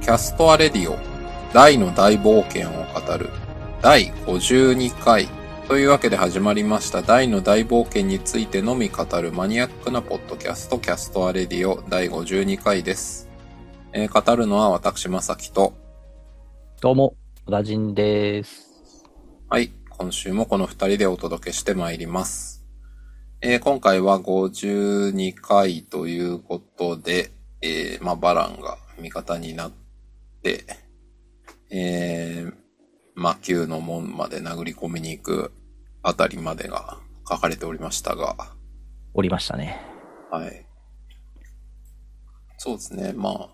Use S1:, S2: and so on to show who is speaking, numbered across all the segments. S1: キャストアレディオ、大の大冒険を語る、第52回。というわけで始まりました、大の大冒険についてのみ語るマニアックなポッドキャスト、キャストアレディオ、第52回です。えー語るのは私、まさきと、
S2: どうも、小田人です。
S1: はい。今週もこの二人でお届けしてまいります。えー今回は52回ということで、えーまあ、バランが味方になって、えー、魔球の門まで殴り込みに行くあたりまでが書かれておりましたが、
S2: おりましたね。
S1: はい。そうですね。まあ、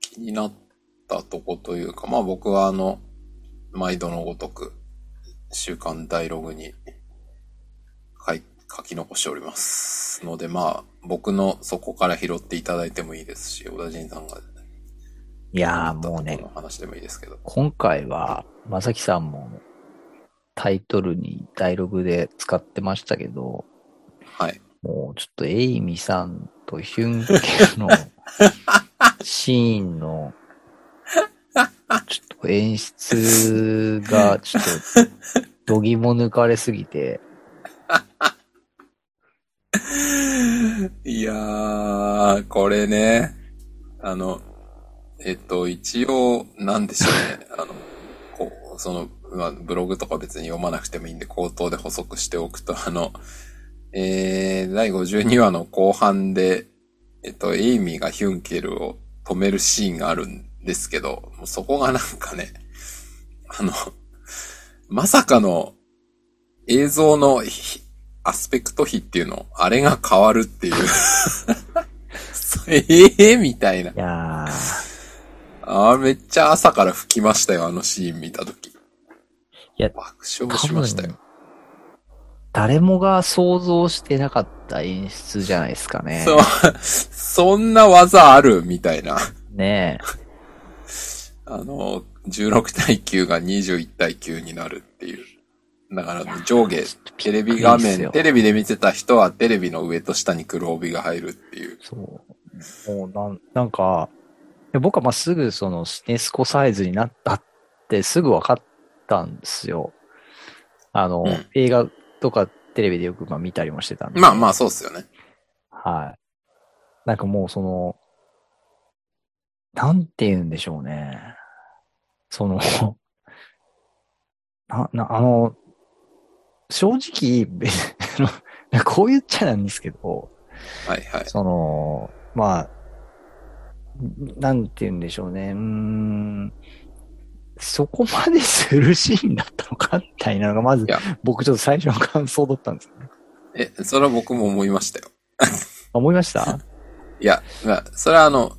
S1: 気になったとこというか、まあ僕はあの、毎度のごとく、週刊ダイログに書い書き残しております。のでまあ、僕のそこから拾っていただいてもいいですし、小田陣さんが、
S2: いやーもう
S1: こ
S2: ね、
S1: の話でもいいですけど。
S2: 今回は、まさきさんもタイトルにダイログで使ってましたけど、
S1: はい。
S2: もうちょっとエイミさんとヒュンケのシーンの、ちょっと演出がちょっと、どぎも抜かれすぎて、
S1: いやー、これね、あの、えっと、一応、なんでしょうね、 あの、こう、その、まあ、ブログとか別に読まなくてもいいんで、口頭で補足しておくと、 あの、えー、第52話の後半で、えっと、エイミーがヒュンケルを止めるシーンがあるんですけど、もうそこがなんかね、あの、まさかの映像のひアスペクト比っていうの、あれが変わるっていう。 ええみたいな。
S2: いやー、
S1: あーめっちゃ朝から吹きましたよ、あのシーン見たとき。い
S2: や
S1: 爆笑しましたよ。
S2: 誰もが想像してなかった演出じゃないですかね。
S1: そう、そんな技あるみたいな。
S2: ねえ。
S1: あの、16対9が21対9になるっていう。だから上下、テレビ画面、テレビで見てた人はテレビの上と下に黒帯が入るっていう。
S2: そう。もうなん、なんか、いや僕はまあすぐそのスネスコサイズになったってすぐ分かったんですよ。あの、
S1: うん
S2: 映画とかテレビでよくまあ見たりもしてたんで。
S1: まあまあそうっすよね。
S2: はい。なんかもうその、なんて言うんでしょうね。その、 な、な、あの、正直、別にあのこう言っちゃなんですけど、
S1: はいはい。
S2: その、まあ、なんて言うんでしょうね。うーん。そこまでするシーンだったのかみたいなのが、まず
S1: いや、
S2: 僕ちょっと最初の感想だったんですよね。
S1: え、それは僕も思いましたよ。
S2: あ思いました
S1: いや、まあ、それはあの、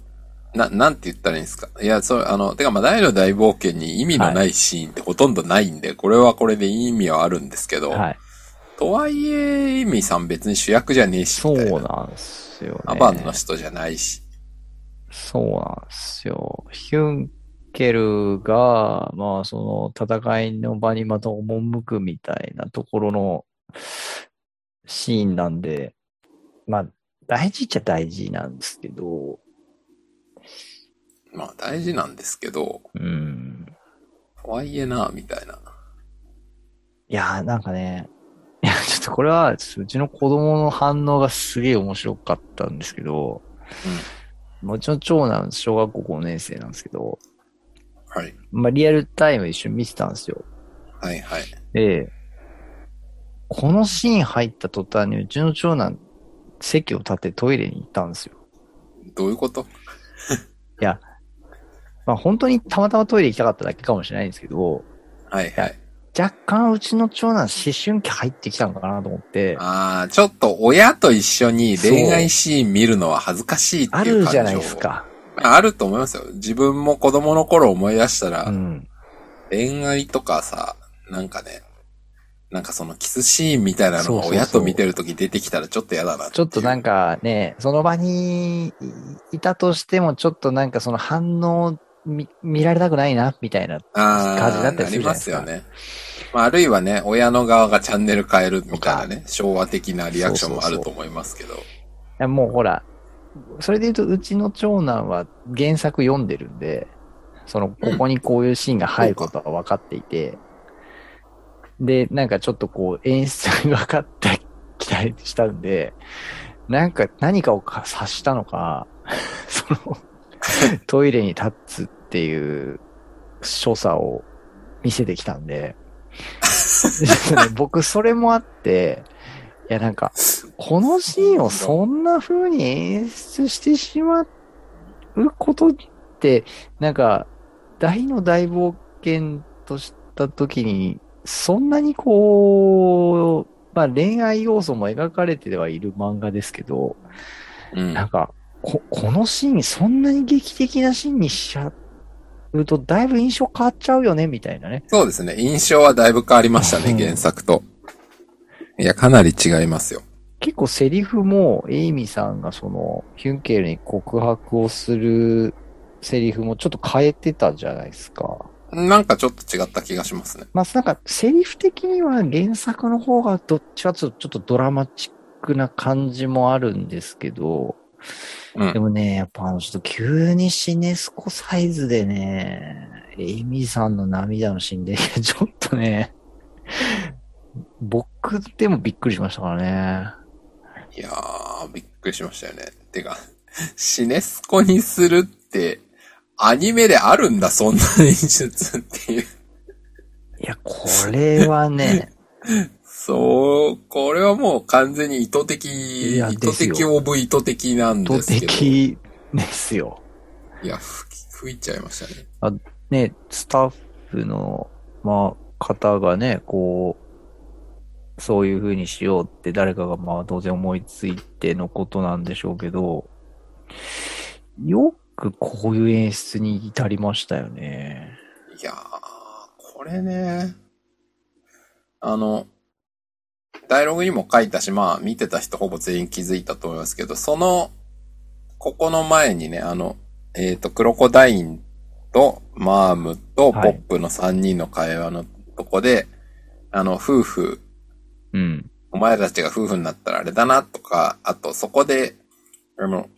S1: な、なんて言ったらいいんですか。いや、それ、あの、てかまあ、大の大冒険に意味のないシーンってほとんどないんで、これはこれで意味はあるんですけど、
S2: はい。
S1: とはいえ、エイミーさん別に主役じゃねえし、
S2: そ
S1: みたいな。
S2: うなんですよね。
S1: アバンの人じゃないし。
S2: そうなんですよ。ヒュンケルが、まあ、その戦いの場にまた赴くみたいなところのシーンなんで、まあ、大事っちゃ大事なんですけど、
S1: まあ、大事なんですけど、
S2: うん。
S1: とはいえな、みたいな。
S2: いやー、なんかね、いや、ちょっとこれは、ちょっとうちの子供の反応がすげえ面白かったんですけど、もうちの長男、小学校5年生なんですけど、
S1: はい。
S2: まあ、リアルタイム一緒に見てたんですよ。
S1: はいはい。
S2: で、このシーン入った途端にうちの長男、席を立ってトイレに行ったんですよ。
S1: どういうこと
S2: まあ本当にたまたまトイレ行きたかっただけかもしれないんですけど、
S1: はいはい。
S2: 若干うちの長男思春期入ってきたのかなと思って、
S1: ああ、ちょっと親と一緒に恋愛シーン見るのは恥ずかしいっていう
S2: あ
S1: 感情
S2: るじゃないです。か。
S1: まああると思いますよ。自分も子供の頃思い出したら、
S2: うん。
S1: 恋愛とかさ、なんかね、なんかそのキスシーンみたいなの
S2: そう
S1: が
S2: そうそう
S1: 親と見てるとき出てきたらちょっと嫌だな
S2: ちょっとなん
S1: か、
S2: かね、その場にいいたとしても、ちょっとなんかその反応見見られたくないな、みたいな。
S1: あ
S2: 感じ
S1: ー
S2: になったり
S1: な
S2: す
S1: り
S2: るじゃ
S1: ま
S2: ないですす
S1: よ
S2: か
S1: ね。まあ、あるいはね、親の側がチャンネル変えるみたいなね、昭和的なリアクションもあると思いますけど。
S2: いやもうほら、それで言うとうちの長男は原作読んでるんで、その、ここにこういうシーンが入ることが分かっていて、で、なんかちょっとこう、演出が分かってきたりしたんで、なんか、何かをか察したのか、 その、トイレに立つっていう所作を見せてきたんで、 ですね僕、それもあって、いや、なんか、このシーンをそんな風に演出してしまうことって、なんか、大の大冒険とした時に、そんなにこう、まあ恋愛要素も描かれてはいる漫画ですけど、
S1: うん。
S2: なんか、こ、このシーン、そんなに劇的なシーンにしちゃうと、だいぶ印象変わっちゃうよね、みたいなね。
S1: そうですね。印象はだいぶ変わりましたね、
S2: うん
S1: 原作と。いや、かなり違いますよ。
S2: 結構セリフも、エイミさんがその、ヒュンケルに告白をするセリフもちょっと変えてたじゃないですか。
S1: なんかちょっと違った気がしますね。
S2: まあ、なんか、セリフ的には原作の方がどっちかというとちょっとドラマチックな感じもあるんですけど、
S1: うん
S2: でもね、やっぱあの、ちょっと急にシネスコサイズでね、エイミーさんの涙のシーンで、 いやちょっとね、僕でもびっくりしましたからね。
S1: いやー、びっくりしましたよね。てか、シネスコにするって、アニメであるんだ、そんな演出っていう。
S2: いや、これはね、
S1: そう、これはもう完全に意図的、
S2: い
S1: 意
S2: やで
S1: 図
S2: すよ
S1: 的オブ意図的なん
S2: 意
S1: で
S2: 図
S1: すけど。
S2: 的ですよ。
S1: いや、吹き、吹いちゃいましたね。
S2: ね、スタッフの、まあ、方がね、こう、そういう風にしようって誰かが、まあ、当然思いついてのことなんでしょうけど、よくこういう演出に至りましたよね。
S1: いやー、これね、あの、ダイアログにも書いたし、まあ、見てた人ほぼ全員気づいたと思いますけど、その、ここの前にね、あの、えっ、と、クロコダインとマームとポ
S2: はい
S1: ップの3人の会話のとこで、あの、夫婦、
S2: うん。
S1: お前たちが夫婦になったらあれだなとか、あとそこで、あの、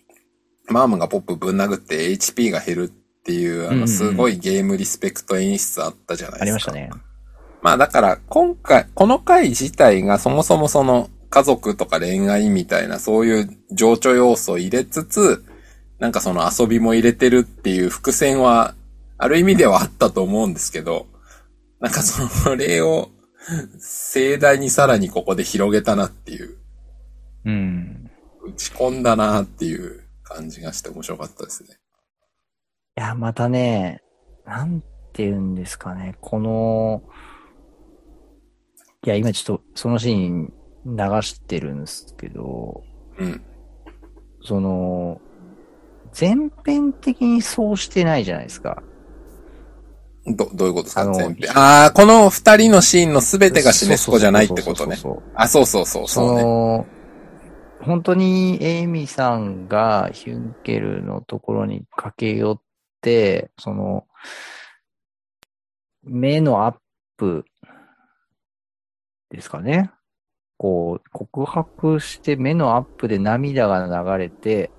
S1: マームがポップぶん殴って HP が減るっていう、あ
S2: うんうんう
S1: の、
S2: ん
S1: すごいゲームリスペクト演出あったじゃないですか。
S2: ありましたね。
S1: まあだから、今回、この回自体がそもそもその家族とか恋愛みたいなそういう情緒要素を入れつつ、なんかその遊びも入れてるっていう伏線は、ある意味ではあったと思うんですけど、なんかその例を盛大にさらにここで広げたなっていう、
S2: うん。
S1: 打ち込んだなっていう感じがして面白かったですね。
S2: いや、またね、なんて言うんですかね、この、いや、今ちょっとそのシーン流してるんですけど、
S1: うん。
S2: その、全編的にそうしてないじゃないですか。
S1: ど、どういうことです
S2: あ
S1: か
S2: の
S1: 前編。ああ、この二人のシーンの全てがシネスコじゃないってことね。
S2: そうそう
S1: あ、そうそうそう、
S2: そう
S1: そうね。
S2: その、本当にエイミさんがヒュンケルのところに駆け寄って、その、目のアップですかね。こう、告白して目のアップで涙が流れて、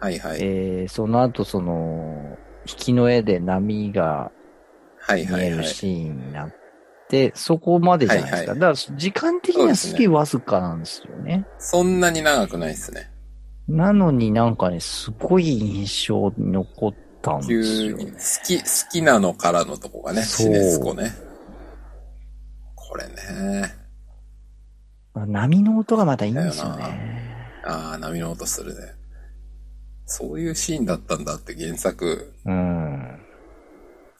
S1: はいはい。
S2: えーその後、その、引きの絵で波が
S1: はい
S2: 見
S1: は
S2: え
S1: いは
S2: る
S1: い。
S2: シーンになって、そこまでじゃないですか。
S1: はい
S2: だから、時間的にはすげえわずかなんですよね。
S1: そんなに長くないですね。
S2: なのになんかね、すごい印象に残ったんです
S1: 急
S2: よ
S1: に。。好き、好きなのからのとこがね、
S2: そう
S1: シネスコね。これね。
S2: 波の音がまたいいんです
S1: だ
S2: よ
S1: よ
S2: ね。
S1: ああ、波の音するね。そういうシーンだったんだって原作
S2: うん。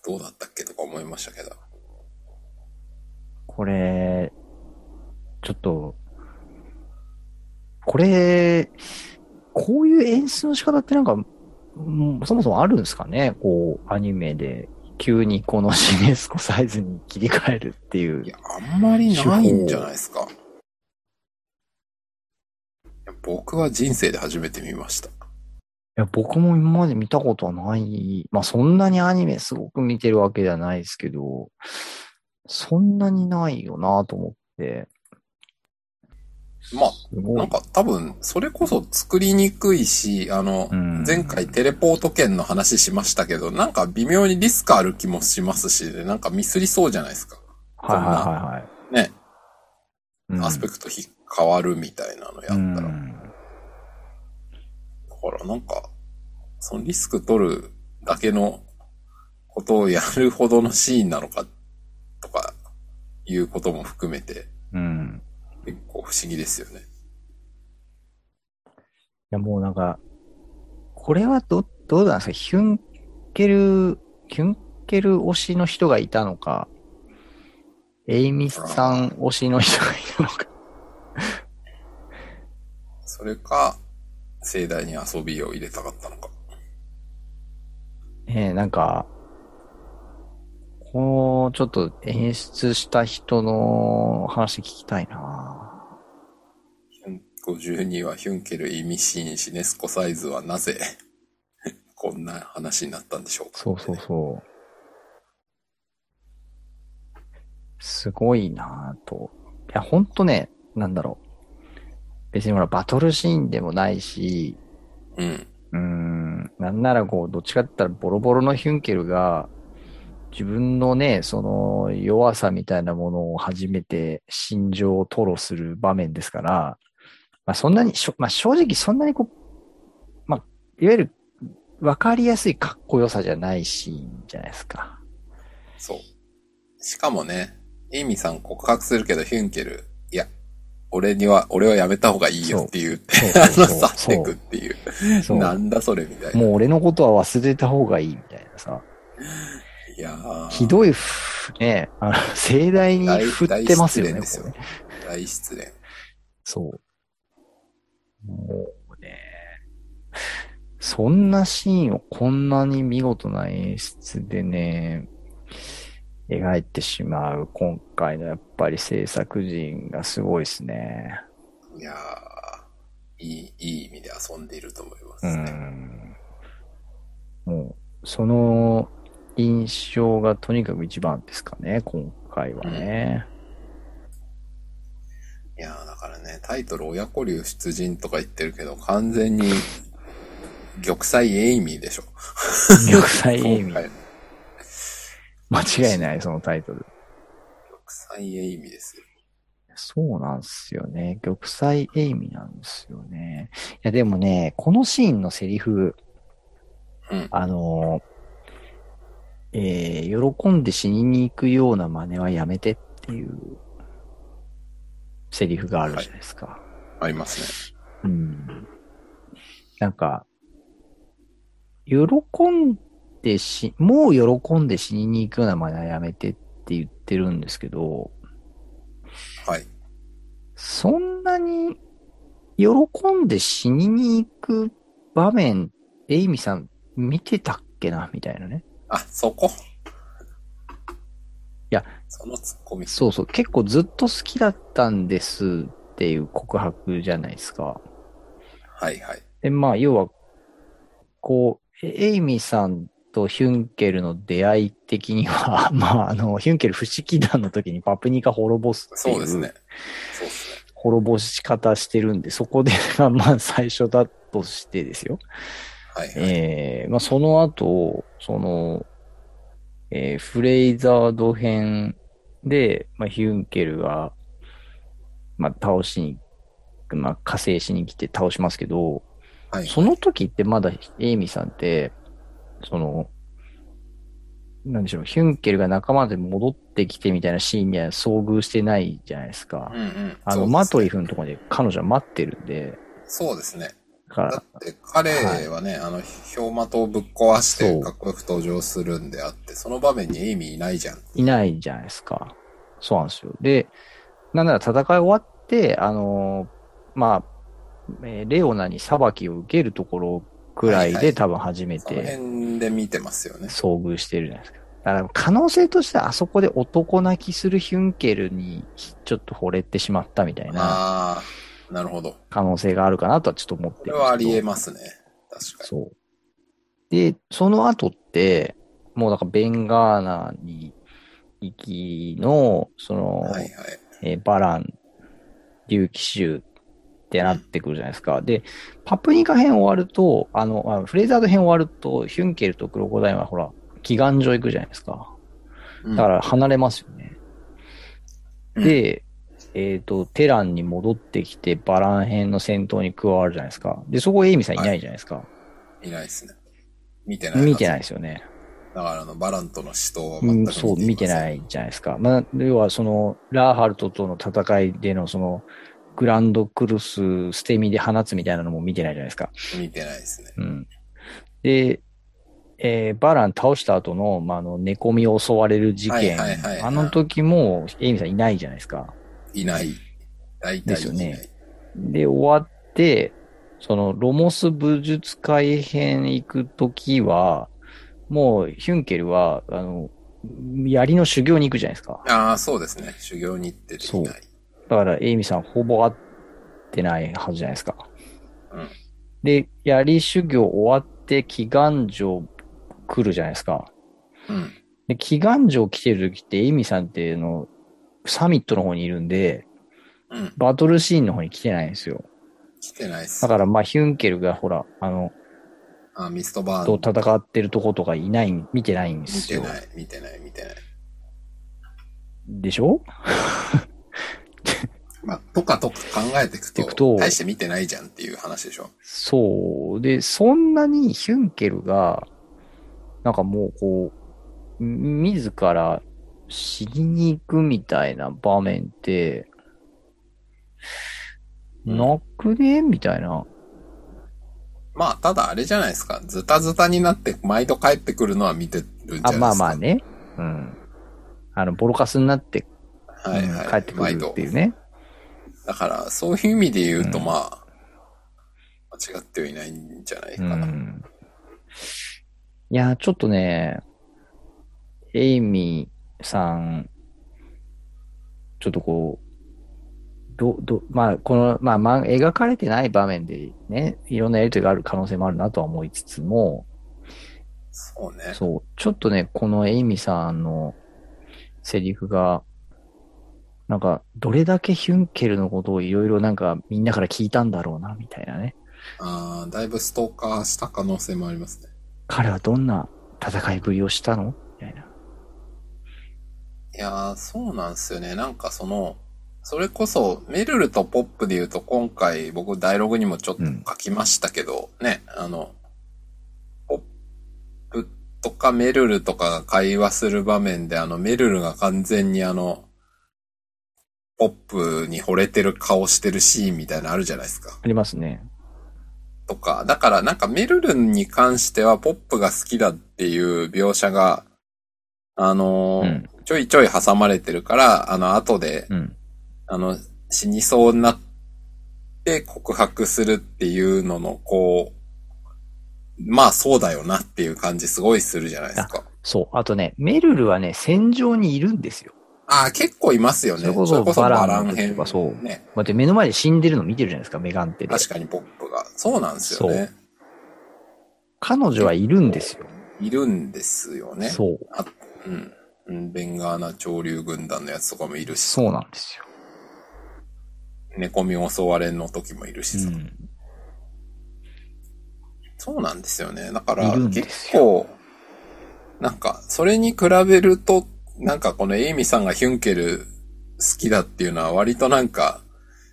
S1: どうだったっけとか思いましたけど。
S2: これ、ちょっと、これ、こういう演出の仕方ってなんか、うんそもそもあるんですかねこう、アニメで、急にこの シネスコサイズに切り替えるっていう
S1: い。や、あんまりないんじゃないですか。僕は人生で初めて見ました。
S2: いや、僕も今まで見たことはない。まあ、そんなにアニメすごく見てるわけではないですけど、そんなにないよなと思って。
S1: まあ、
S2: すご
S1: ないん。か多分、それこそ作りにくいし、あの、
S2: うん
S1: 前回テレポート券の話しましたけど、なんか微妙にリスクある気もしますし、なんかミスりそうじゃないですか。
S2: はいはいはいはい。
S1: ね、
S2: うん
S1: アスペクト比変わるみたいなのやったら。
S2: うん
S1: だからなんか、そのリスク取るだけのことをやるほどのシーンなのか、とか、いうことも含めて、
S2: うん。
S1: 結構不思議ですよね。
S2: いや、もうなんか、これはど、どうなんですかヒュンケル、ヒュンケル推しの人がいたのか、エイミスさん推しの人がいたのか。
S1: それか、盛大に遊びを入れたかったのか。
S2: ねえ、なんか、このちょっと演出した人の話聞きたいな
S1: 52はヒュンケル意味シーンシネスコサイズはなぜ こんな話になったんでしょうか。
S2: そうそうそう。すごいなぁと。いや、ほんとね、なんだろう。別にほら、バトルシーンでもないし、
S1: うん。
S2: うーん、なんならこう、どっちかって言ったらボロボロのヒュンケルが、自分のね、その弱さみたいなものを初めて心情を吐露する場面ですから、まあそんなにしょ、まあ正直そんなにこう、まあ、いわゆる分かりやすいかっこよさじゃないシーンじゃないで すか。
S1: そう。しかもね、エイミさん告白するけどヒュンケル、いや、俺には、俺はやめた方がいいよって言って、
S2: そう
S1: あ
S2: そう
S1: の、
S2: そう
S1: 去ってくっていう。
S2: そう。
S1: なんだそれみたいな。
S2: もう俺のことは忘れた方がいいみたいなさ、
S1: いやー
S2: ひどいふ、ね、あの盛大に振ってますよね、
S1: 大大失恋
S2: こ
S1: ですよ
S2: れ。
S1: 大失恋。
S2: そう。もうね、そんなシーンをこんなに見事な演出でね、描いてしまう今回のやっぱり制作陣がすごいですね。
S1: いやーいい、いい意味で遊んでいると思いま
S2: う
S1: すね。
S2: ん。もう、その印象がとにかく一番ですかね、今回はね。
S1: いやーだからね、タイトル親子流出陣とか言ってるけど、完全に、玉砕エイミーでしょ。
S2: 玉砕エイミ
S1: 今回
S2: ー。
S1: の
S2: 間違いない、そのタイトル。
S1: 玉砕エイミーですよ。
S2: そうなんですよね。玉砕エイミなんですよね。いや、でもね、このシーンのセリフ、
S1: うん
S2: あの、えー喜んで死にに行くような真似はやめてっていうセリフがあるじゃないですか。
S1: あります
S2: うん。なんか、喜んでし、もう喜んで死にに行くような真似はやめてって言ってるんですけど、
S1: ね。はい。
S2: そんなに喜んで死にに行く場面、エイミさん見てたっけなみたいなね。
S1: あ、そこ
S2: いや、
S1: そのツッコミ。
S2: そうそう。結構ずっと好きだったんですっていう告白じゃないですか。
S1: はいはい。
S2: で、まあ、要は、こう、エエイミさんとヒュンケルの出会い的には、 まあ、あの、ヒュンケル不思議団の時にパプニカ滅ぼすっていう。
S1: そうですね。そうですね。
S2: 滅ぼし方してるんで、そこで、 まあまあ、最初だとしてですよ。
S1: はいはい。
S2: えーまあ、その後、その、えーフレイザード編で、まあ、ヒュンケルが、まあ、倒しに、まあ、加勢しに来て倒しますけど、
S1: はい。
S2: その時ってまだエイミさんって、その、なんでしょう、ヒュンケルが仲間で戻ってきてみたいなシーンには遭遇してないじゃないですか
S1: うん。うん。
S2: あ
S1: そうです
S2: の、
S1: ね
S2: マトリフのところで彼女は待ってるんで、
S1: そうですね。
S2: だか
S1: だ
S2: ら、
S1: って彼はね、あの、氷馬島をぶっ壊して
S2: そう
S1: かっこよく登場するんであって、その場面にエイミーいないじゃん。
S2: いないじゃないですか。そうなんですよ。で、なんなら戦い終わって、あのーまあ、えーレオナに裁きを受けるところくら
S1: は
S2: い
S1: いは
S2: で
S1: い
S2: 多分初め
S1: その
S2: て
S1: 辺で見てますよね。
S2: 遭遇してるじゃないですか。だから可能性としてはあそこで男泣きするヒュンケルにちょっと惚れてしまったみたいな
S1: ああ、なるほど。
S2: 可能性があるかなとはちょっと思って
S1: これ
S2: るんですけど
S1: はあり得ますね。確かに。
S2: そう。で、その後って、もうなんかベンガーナに行きの、その、
S1: はいはい。
S2: えーバラン、竜騎手ってなってくるじゃないですか。で、パプニカ編終わると、あの、あのフレイザード編終わると、ヒュンケルとクロコダインはほら、祈願所行くじゃないですか。
S1: うん
S2: だから離れますよね。
S1: うん
S2: で、えっ、と、テランに戻ってきて、バラン編の戦闘に加わるじゃないですか。で、そこエイミさんいないじゃないですか。
S1: いないですね。見てないはず。
S2: 見てないですよね。
S1: だからあの、バランとの死闘は
S2: う
S1: 全
S2: ん、
S1: く
S2: そう、見て
S1: ません
S2: ないじゃないですか。まあ、要はその、ラーハルトとの戦いでの、その、グランドクルス、捨て身で放つみたいなのも見てないじゃないですか。
S1: 見てないですね。
S2: うん。で、えーバラン倒した後の、まあ、あの、寝込みを襲われる事件
S1: はいはいはいはい。
S2: あの時も、エイミさんいないじゃないですか。
S1: いない。大体いない。
S2: ですよねで、終わって、その、ロモス武術会編行く時は、もう、ヒュンケルは、あの、槍の修行に行くじゃないですか。
S1: ああ、そうですね。修行に行ってていない。
S2: だから、エイミさん、ほぼ会ってないはずじゃないですか。
S1: うん
S2: で、槍修行終わって、祈願城来るじゃないですか。
S1: うん。
S2: で、祈願城来てる時って、エイミさんってあの、サミットの方にいるんで、
S1: うん。
S2: バトルシーンの方に来てないんですよ。
S1: 来てないっす
S2: だ。から、まあ、ヒュンケルがほら、あの、
S1: あ、ミストバー
S2: と
S1: ン。
S2: 戦ってるとことかいない、見てないんで
S1: 見
S2: す
S1: て
S2: よ。
S1: ない、見てない、見てない。
S2: でしょ
S1: まあ、とかとか考えていく
S2: て
S1: と、
S2: くと
S1: 大して見てないじゃんっていう話でしょ。
S2: そう。で、そんなにヒュンケルが、なんかもうこう、み自ら死にに行くみたいな場面って、
S1: うん
S2: なくねみたいな。
S1: まあ、ただあれじゃないですか。ズタズタになって、毎度帰ってくるのは見てるんじゃないです
S2: あ、
S1: か。
S2: まあまあ。ね。うん。あの、ボロカスになって、
S1: はい
S2: うん
S1: はい。
S2: 帰ってくるっていう
S1: 毎
S2: ね。
S1: 度。だから、そういう意味で言うと、
S2: うん
S1: まあ、間違ってはいないんじゃないか
S2: う
S1: な。
S2: ん。いや、ちょっとね、エイミーさん、ちょっとこう、ど、ど、まあ、この、まあ、まあ、描かれてない場面でね、いろんなやりとりがある可能性もあるなとは思いつつも、
S1: そうね。
S2: そう、ちょっとね、このエイミさんのセリフが、なんか、どれだけヒュンケルのことをいろいろなんかみんなから聞いたんだろうな、みたいなね。
S1: ああ、だいぶストーカーした可能性もありますね。
S2: 彼はどんな戦いぶりをしたのみたいな。
S1: いやー、そうなんですよね。なんかその、それこそ、メルルとポップで言うと、今回僕、ダイログにもちょっと書きましたけど、ね、あの、ポップとかメルルとかが会話する場面で、あの、メルルが完全にあの、ポップに惚れてる顔してるシーンみたいなのあるじゃないですか。
S2: ありますね。
S1: とか、だからなんかメルルンに関しては、ポップが好きだっていう描写が、あのー
S2: うん
S1: ちょいちょい挟まれてるから、あの、後で、
S2: うん。
S1: あの、死にそうになって告白するっていうのの、こう、まあそうだよなっていう感じすごいするじゃないですか。
S2: そう。あとね、メルルはね、戦場にいるんですよ。
S1: ああ、結構いますよね。
S2: それこそバランの時と
S1: 編
S2: かそう。
S1: ね。
S2: 待って、目の前で死んでるの見てるじゃないですか、メガンテで。
S1: 確かにポップが。そうなんですよね。
S2: 彼女はいるんですよ。
S1: いるんですよね。
S2: そう。
S1: うん。うんベンガーナ潮流軍団のやつとかもいるし、
S2: そうなんですよ。
S1: 猫み襲われの時もいるしさ、
S2: うん。
S1: そうなんですよね。だから
S2: いるんです
S1: 結
S2: よ
S1: 構、なんか、それに比べると、なんかこのエイミさんがヒュンケル好きだっていうのは割となんか、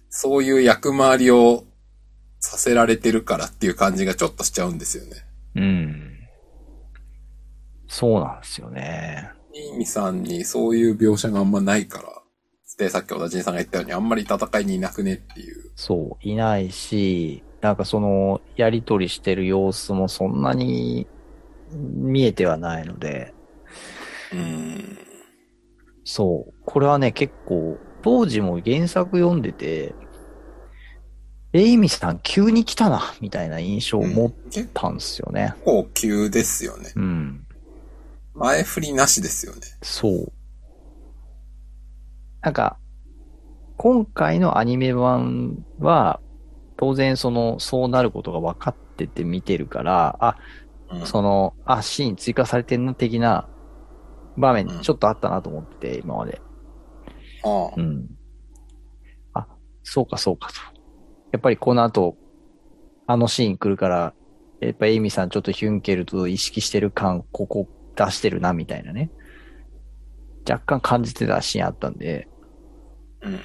S1: そういう役回りをさせられてるからっていう感じがちょっとしちゃうんですよね。
S2: うん。そうなんですよね。
S1: エイミさんにそういう描写があんまないから、で、さっき小田人さんが言ったようにあんまり戦いにいなくねっていう。
S2: そう。いないし、なんかその、やりとりしてる様子もそんなに見えてはないので、
S1: うん。
S2: そう。これはね、結構、当時も原作読んでて、エイミさん急に来たな、みたいな印象を持っ
S1: 結
S2: たんですよね。
S1: 構急ですよね。
S2: うん。
S1: 前振りなしですよね。
S2: そう。なんか、今回のアニメ版は、当然その、そうなることが分かってて見てるから、あ、
S1: うん。
S2: その、あ、シーン追加されてんな、的な場面
S1: うん
S2: ちょっとあったなと思ってて、今まで。
S1: ああ
S2: うん。あ、そうかそうかと。やっぱりこの後、あのシーン来るから、やっぱエイミさんちょっとヒュンケルと意識してる感、ここ出してるな、みたいなね。若干感じてたシーンあったんで。
S1: うん。
S2: だ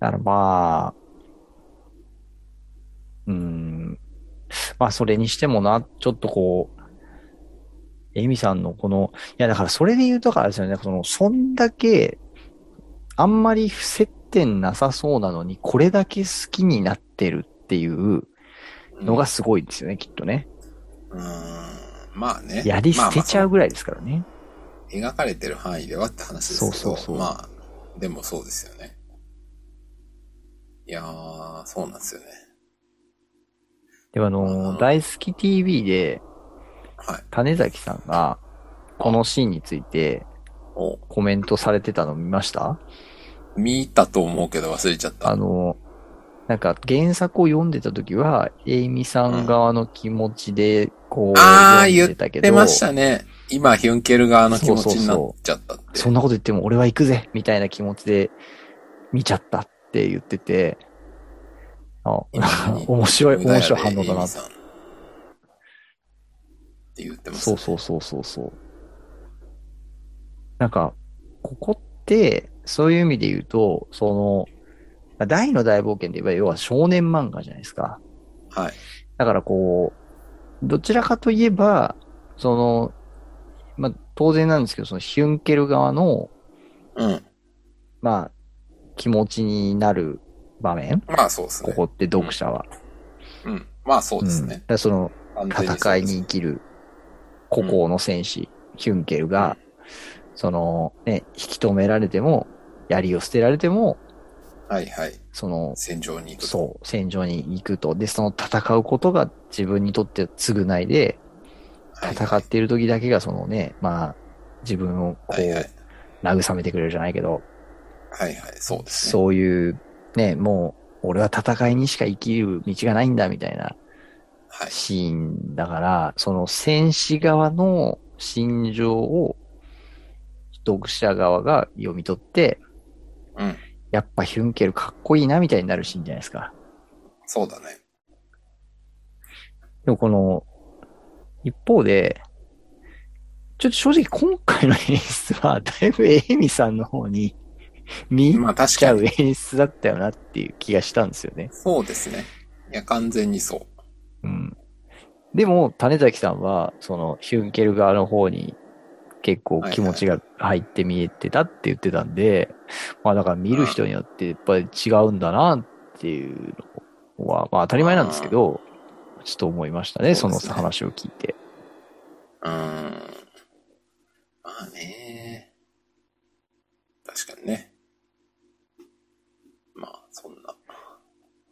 S2: からまあ、うーん。まあそれにしてもな、ちょっとこう、エミさんのこの、いやだからそれで言うとだからですよね、その、そんだけ、あんまり不接点なさそうなのに、これだけ好きになってるっていうのが、すごいですよね、きっとね。
S1: うん、まあね。
S2: やり捨てちゃ
S1: う
S2: うぐらいですからね。
S1: 描かれてる範囲ではって話ですけど、
S2: そうそうそう
S1: まあ、でもそうですよね。いやー、そうなんですよね。
S2: でもあ
S1: う
S2: の、
S1: ん
S2: 大好き TV で、
S1: はい。
S2: 種崎さんが、このシーンについて
S1: お、
S2: コメントされてたの見ました
S1: 見たと思うけど忘れちゃった。
S2: あの、なんか原作を読んでた時は、エイミさん側の気持ちで、こう、
S1: あー
S2: 読んでたけ
S1: 出
S2: ど、
S1: ましたね。今、ヒュンケル側の気持ちになっちゃったって。
S2: そんなこと言っても俺は行くぜみたいな気持ちで見ちゃったって言ってて、あ、
S1: 今
S2: 面白い、
S1: 無駄や
S2: 面
S1: で
S2: 白い反応だ
S1: エイ
S2: な
S1: ミ。さんって言ってます。
S2: そうそうそうそうそう。なんか、ここって、そういう意味で言うと、その、まあ大の大冒険って言えば、要は少年漫画じゃないですか。
S1: はい。
S2: だからこう、どちらかといえば、その、まあ当然なんですけど、そのヒュンケル側の、
S1: うん。
S2: まあ、気持ちになる場面、
S1: まあそうです
S2: こ
S1: ね。
S2: こって読者は。
S1: うん。まあそうです
S2: んだ
S1: ね。
S2: からその
S1: 完全そうです
S2: 戦いに生きる孤高の戦士、ヒュンケルが、そのね、引き止められても、槍を捨てられても、
S1: はいはい。
S2: その、
S1: 戦場に行くと。
S2: そう、戦場に行くと。で、その戦うことが自分にとって償いで、
S1: はい
S2: 戦っている時だけがそのね、まあ、自分をこ、
S1: はいはいう
S2: 慰めてくれるじゃないけど、
S1: はいはい。そうですね。
S2: そういう、ね、もう、俺は戦いにしか生きる道がないんだ、みたいな
S1: はい。
S2: シーンだから、その戦士側の心情を、読者側が読み取って、
S1: うん。
S2: やっぱヒュンケルかっこいいな、みたいになるシーンじゃないですか。
S1: そうだね。
S2: でもこの、一方で、ちょっと正直今回の演出は、だいぶエイミさんの方に見入っ
S1: まあ確
S2: ち
S1: か
S2: ゃう
S1: に。
S2: 演出だったよなっていう気がしたんですよね。
S1: そうですね。いや、完全にそう。
S2: うん。でも、種崎さんは、その、ヒュンケル側の方に結構気持ちが入って見えてたって言ってたんで、まあだから見る人によってやっぱり違うんだなっていうのは、まあ当たり前なんですけど、ちょっと思いましたね、
S1: そ
S2: そう
S1: で
S2: の
S1: すね
S2: 話を聞いて。
S1: うーん。まあね。確かにね。まあ、そんな。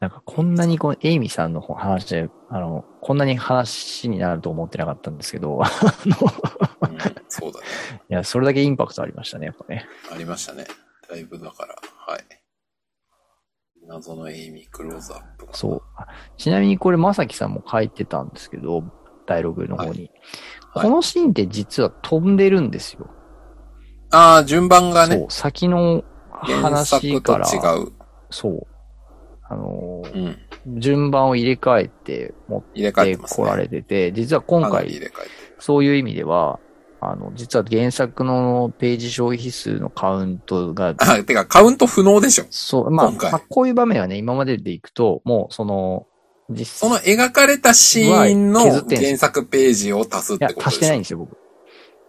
S2: なんかこんなにこのエイミさんの話で、あの、こんなに話になると思ってなかったんですけど、あ の、
S1: うん、そうだね。
S2: いや、それだけインパクトありましたね、やっぱね。
S1: ありましたね。だいぶだから、はい。謎のエイミークローズアップが。
S2: そう。あちなみにこれ、まさきさんも書いてたんですけど、ダイログの方に。
S1: はい
S2: このシーンって実は飛んでるんですよ。
S1: ああ、順番が
S2: そ
S1: ね
S2: う、、先の
S1: 原
S2: 話
S1: 作と
S2: から、
S1: 違う。
S2: そう。あのー
S1: うん。
S2: 順番を入れ替えて持っ
S1: 入れ替え
S2: て
S1: てますね。
S2: こられてて、実は今
S1: かなり
S2: 回
S1: 入、れ替えて。
S2: そういう意味では、あの、実は原作のページ消費数のカウントが、
S1: あ、てか、カウント不能でしょ。
S2: そう、まあ、
S1: 今回
S2: まあこういう場面はね、今まででいくと、もう、その、実
S1: その描かれたシーンの
S2: は削ってんす
S1: 原作ページを足すっ
S2: いや
S1: てこ、とで
S2: 足
S1: しょ
S2: してないんですよ、僕。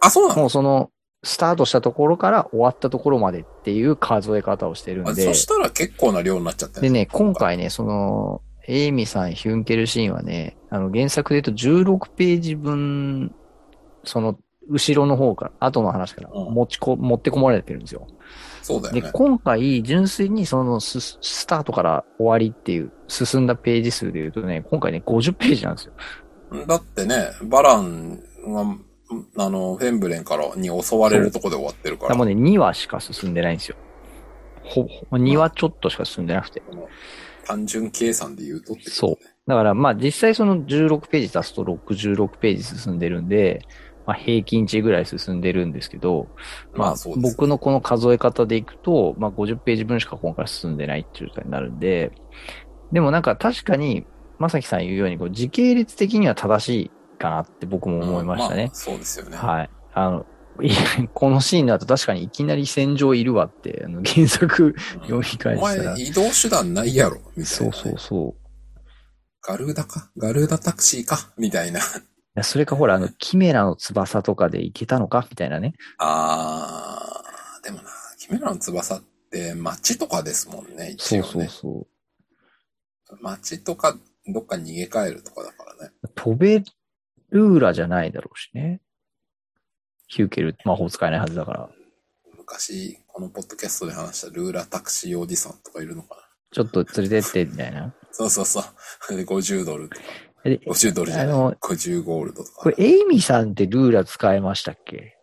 S1: あ、そう なの
S2: もうその、スタートしたところから終わったところまでっていう数え方をしてるん
S1: あ
S2: で
S1: そ、したら結構な量になっちゃって
S2: で
S1: る。
S2: ね、今回ね、その、エイミさん、ヒュンケルシーンはね、あの、原作で言うと16ページ分、その、後ろの方から、後の話から
S1: うん
S2: 持ちこ、持ってこまれてるんですよ。
S1: そうだよ
S2: で、
S1: ね。
S2: 今回、純粋にそのス、スタートから終わりっていう、進んだページ数で言うとね、今回ね、50ページなんですよ。
S1: だってね、バランは、あの、フェンブレンからに襲われるとこで終わってるか
S2: だから
S1: ら。
S2: もうね、2話しか進んでないんですよ。ほぼ、2話ちょっとしか進んでなくて。
S1: 単純計算で言うとってことね
S2: そう。だから、まあ実際その16ページ足すと66ページ進んでるんで、まあ平均値ぐらい進んでるんですけど、まあ
S1: そうですね
S2: 僕のこの数え方でいくと、まあ50ページ分しか今回進んでないっていう状態になるんで、でもなんか確かに、まさきさん言うように、こう時系列的には正しいかなって僕も思いました
S1: うん
S2: ね
S1: あ。そうですよね。
S2: はい。あの、いこのシーンだと確かにいきなり戦場いるわって、あの原作
S1: うん
S2: 読み返
S1: お
S2: したら
S1: 前、。移動手段ないやろ、みたい
S2: そ
S1: なね、
S2: うそうそう。
S1: ガルーダかガルーダタクシーかみたいな。
S2: いやそれかほら、あの、キメラの翼とかでいけたのかみたいなね。
S1: あー、でもな、キメラの翼って街とかですもんね、一応
S2: そ
S1: ね。
S2: うそうそう。
S1: 街とか、どっか逃げ帰るとかだからね。
S2: 飛べるーラじゃないだろうしね。ヒューケル、魔法使えないはずだから。
S1: 昔、このポッドキャストで話したルーラタクシーおじさんとかいるのか
S2: ちょっと連れてって、みたいな。
S1: な。そうそうそう。それで50ドルとか、
S2: で、
S1: 50ドルじゃない
S2: あの、
S1: 50ゴールドとか
S2: こ。れ、エイミさんってルーラ使えましたっけ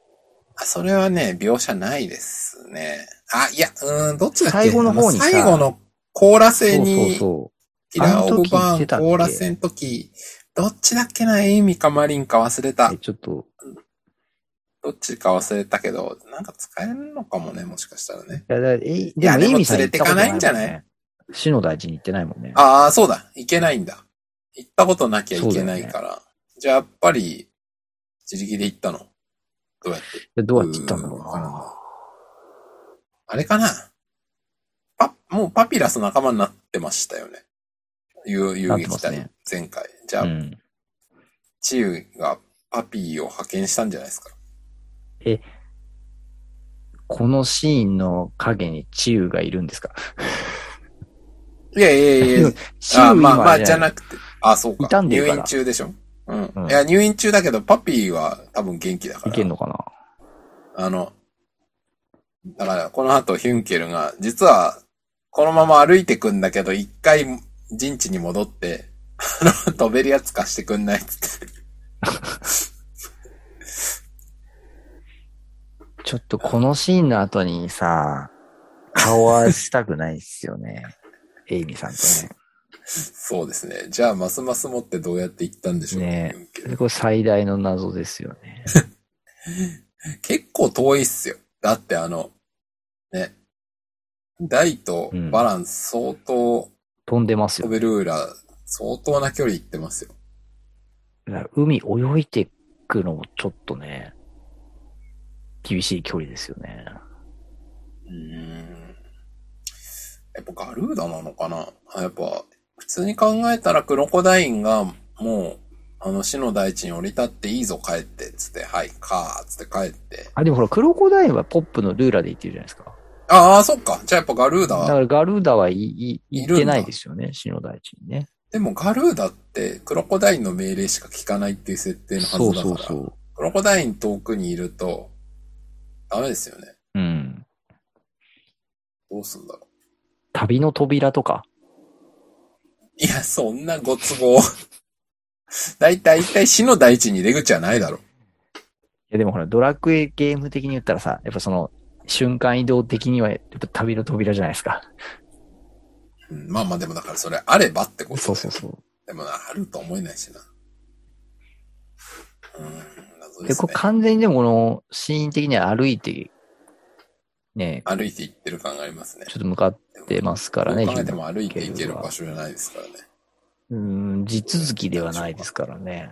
S1: あそれはね、描写ないですね。あ、いや、うーん、どっちだっけ
S2: 最後の方にさ
S1: あ最後のコーラ制
S2: そう
S1: に、
S2: そうそ
S1: キラー・オブ・
S2: あの時言
S1: バ
S2: って
S1: ー
S2: たっ
S1: ン、
S2: け
S1: コーラ戦の時、どっちだっけな、エイミかマリンか忘れ
S2: う。
S1: た
S2: え。ちょっと、
S1: どっちか忘れたけど、なんか使えるのかもね、もしかしたらね。
S2: いや、だえい
S1: いや
S2: でもエイミさん
S1: でも連れてかないんじゃない
S2: 行ったこともんね死の大事に行ってないもんね。
S1: ああ、そうだ、いけないんだ。行ったことなきゃいけないから。じゃあ、やっぱり、自力で行ったの。どうやって
S2: でどうやって行ったんだろう
S1: うーんわ
S2: な。
S1: あれかなパ、もうパピラス仲間になってましたよね。遊遊
S2: なってま
S1: 撃
S2: す
S1: 隊、
S2: ね
S1: 前回。じゃあ、
S2: うん。
S1: チユがパピーを派遣したんじゃないですか。
S2: このシーンの影にチユがいるんですか
S1: いやいやいやいや、
S2: チユ
S1: あ
S2: 今
S1: まあまあ、
S2: ね
S1: じゃなくて。あ、そうか。
S2: 傷んでる
S1: 入
S2: から
S1: 院中でしょうん。
S2: うん
S1: いや、入院中だけど、パピーは多分元気だから。
S2: いけんのかな
S1: あの、だから、この後ヒュンケルが、実は、このまま歩いてくんだけど、一回陣地に戻って、 あの、飛べるやつ貸してくんないっつって。
S2: ちょっとこのシーンの後にさ、顔はしたくないっすよね。 エイミさんと
S1: そうですね。じゃあ、ますます持ってどうやって行ったんでしょう
S2: ね
S1: ヒュンケ
S2: ね。
S1: ル
S2: これ最大の謎ですよね。
S1: 結構遠いっすよ。だってあの、ね、ダイとバランス相当、
S2: 飛んでます
S1: 飛
S2: よ。
S1: べる裏、相当な距離行ってますよ。
S2: 海泳いでくのもちょっとね、厳しい距離ですよね。
S1: うん。やっぱガルーダなのかなあやっぱ、普通に考えたらクロコダインが、もう、あの死の大地に降り立っていいぞ帰って、つって、はい、かー、つって帰って。
S2: あ、でもほら、クロコダインはポップのルーラで言ってるじゃないですか。
S1: ああ、そっか。じゃあやっぱガルーダ
S2: だ
S1: は
S2: からガルーダはい、い、
S1: い
S2: 行
S1: るんだ
S2: ってないですよね、死の大地にね。
S1: でもガルーダってクロコダインの命令しか聞かないっていう設定のはず
S2: そう
S1: だから。
S2: そうそう。
S1: クロコダイン遠くにいると、ダメですよね。
S2: うん。
S1: どうすんだろ
S2: 旅の扉とか。
S1: う。いや、そんなご都合。 だいたい、一体死の大地に出口はないだろう。
S2: いやでもほら、ドラクエゲーム的に言ったらさ、やっぱその、瞬間移動的には、やっぱ旅の扉じゃないですか。
S1: うん、まあまあでもだからそれあればってことだよ
S2: そうそうそ
S1: でもな、あると思えないしな。うん、謎
S2: う。
S1: で
S2: ですこ
S1: ね
S2: れ。完全にでもこの、シーン的には歩いて、ね、
S1: 歩いて行ってる感がありますね。
S2: ちょっと向かってますからね、
S1: どう考え
S2: 自
S1: て
S2: 分
S1: も歩いて行ける場所じゃないですからね。
S2: うん、地続きではないですからね。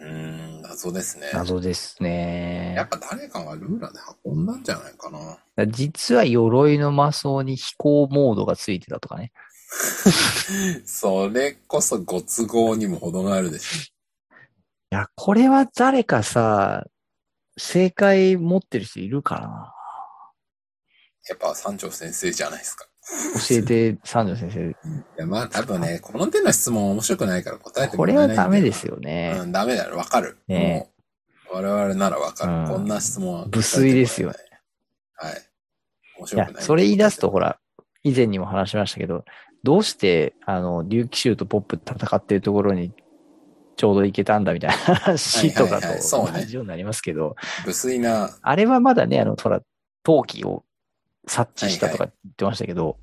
S1: うん、謎ですね。
S2: 謎ですね
S1: や。っぱ誰かがルーラーで運んだんじゃないかな。
S2: 実は鎧の魔装に飛行モードがついてたとかね。
S1: それこそご都合にも程があるでし
S2: いや、これは誰かさ、正解持ってる人いるから
S1: ょ。
S2: な。
S1: やっぱ三条先生じゃないですか。
S2: 教えて、三条先生。
S1: いや、まあ多分ね、この手の質問は面白くないから答えても
S2: こ
S1: ら
S2: れ
S1: えない
S2: は
S1: んだよ
S2: ダメですよね。
S1: うん、ダメだよ。わかる。
S2: ね
S1: もう、我々ならわかる。
S2: うん
S1: こんな質問は。
S2: 無粋ですよね。
S1: はい。面
S2: い
S1: 白
S2: や
S1: く、ない。
S2: それ言い出すと、ほら、以前にも話しましたけど、どうして、あの、竜騎衆とポップ戦ってるところに、ちょうど行けたんだみたいな話と
S1: は
S2: か
S1: いはいはいそうね
S2: と同じようになりますけど、
S1: 無粋な、
S2: あれはまだね、あの、ほら、陶器を察知したとか言ってましたけど、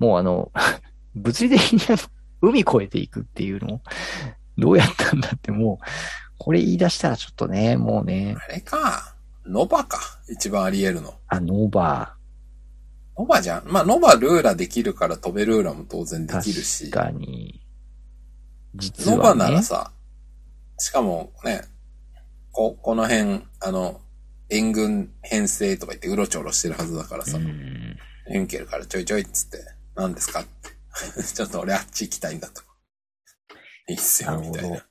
S2: もうあの、 物理的にあの、海越えていくっていうのを、どうやったんだってもう、これ言い出したらちょっとね、もうね、
S1: あれか。ノバか。一番あり得るの。
S2: あの、ノバ
S1: ノバじゃん。まあ、ノバルーラできるから飛べルーラも当然できるし
S2: 確。かに。実
S1: ノバ
S2: は、ね。
S1: ならさ、しかもね、こ、この辺、あの、援軍編成とか言ってうろちょろしてるはずだからさ、
S2: うん。
S1: ヘンケルからちょいちょいっつって、何ですかって。 ちょっと俺あっち行きたいんだと。いいっすよ、
S2: なる
S1: み
S2: ほ
S1: たい
S2: ど
S1: な。。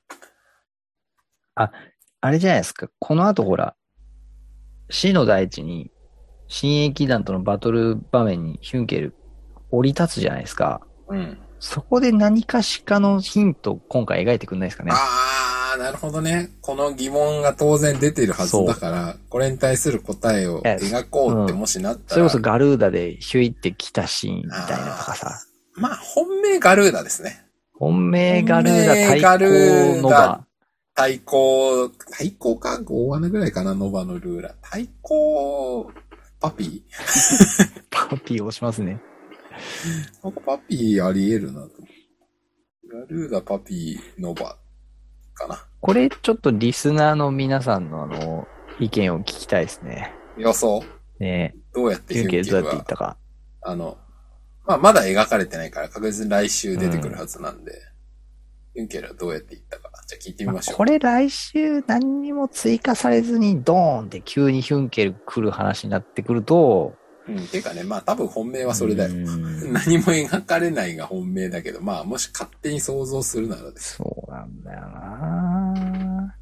S2: あ、あれじゃないですか。この後ほら、死の大地に、新駅団とのバトル場面にヒュンケル降り立つじゃないですか。
S1: うん。
S2: そこで何かしかのヒントを今回描いてくんないですかね。
S1: あー、なるほどね。この疑問が当然出てるはずだから、これに対する答えを
S2: え
S1: 描こうって
S2: うん
S1: もしなった
S2: それ
S1: ら、
S2: こそガルーダでヒュイって来たシーンみたいなとかさ。
S1: まあ、本命ガルーダですね。
S2: 本命ガルーダ対
S1: 本命ガル
S2: 抗
S1: ー
S2: の
S1: ダ
S2: が、
S1: 対抗、対抗か大穴ぐらいかな、ノバのルーラ。対抗、パピー
S2: パピーを押しますね。
S1: なんかパピーあり得るなと。ガルーダ、パピー、ノバ、かな。
S2: これちょっとリスナーの皆さんのあの、意見を聞きたいですね。
S1: 予想
S2: ね
S1: どうやっ
S2: え、
S1: て
S2: ヒ
S1: ヒ
S2: ュン
S1: ュン
S2: ケル
S1: ケ
S2: どう
S1: ル
S2: やって言っ
S1: は、
S2: たか。
S1: あの、まあ、まだ描かれてないから確実に来週出てくるはずなんで、ヒュンケルはどうやって言ったか。じゃあ聞いてみ
S2: ま
S1: ま
S2: あ
S1: しょう。
S2: これ来週何にも追加されずにドーンって急にヒュンケル来る話になってくると、
S1: うん、ていうかね、まあ多分本命はそれだよ。
S2: うん
S1: 何も描かれないが本命だけど、まあもし勝手に想像するならです。
S2: そうなんだよな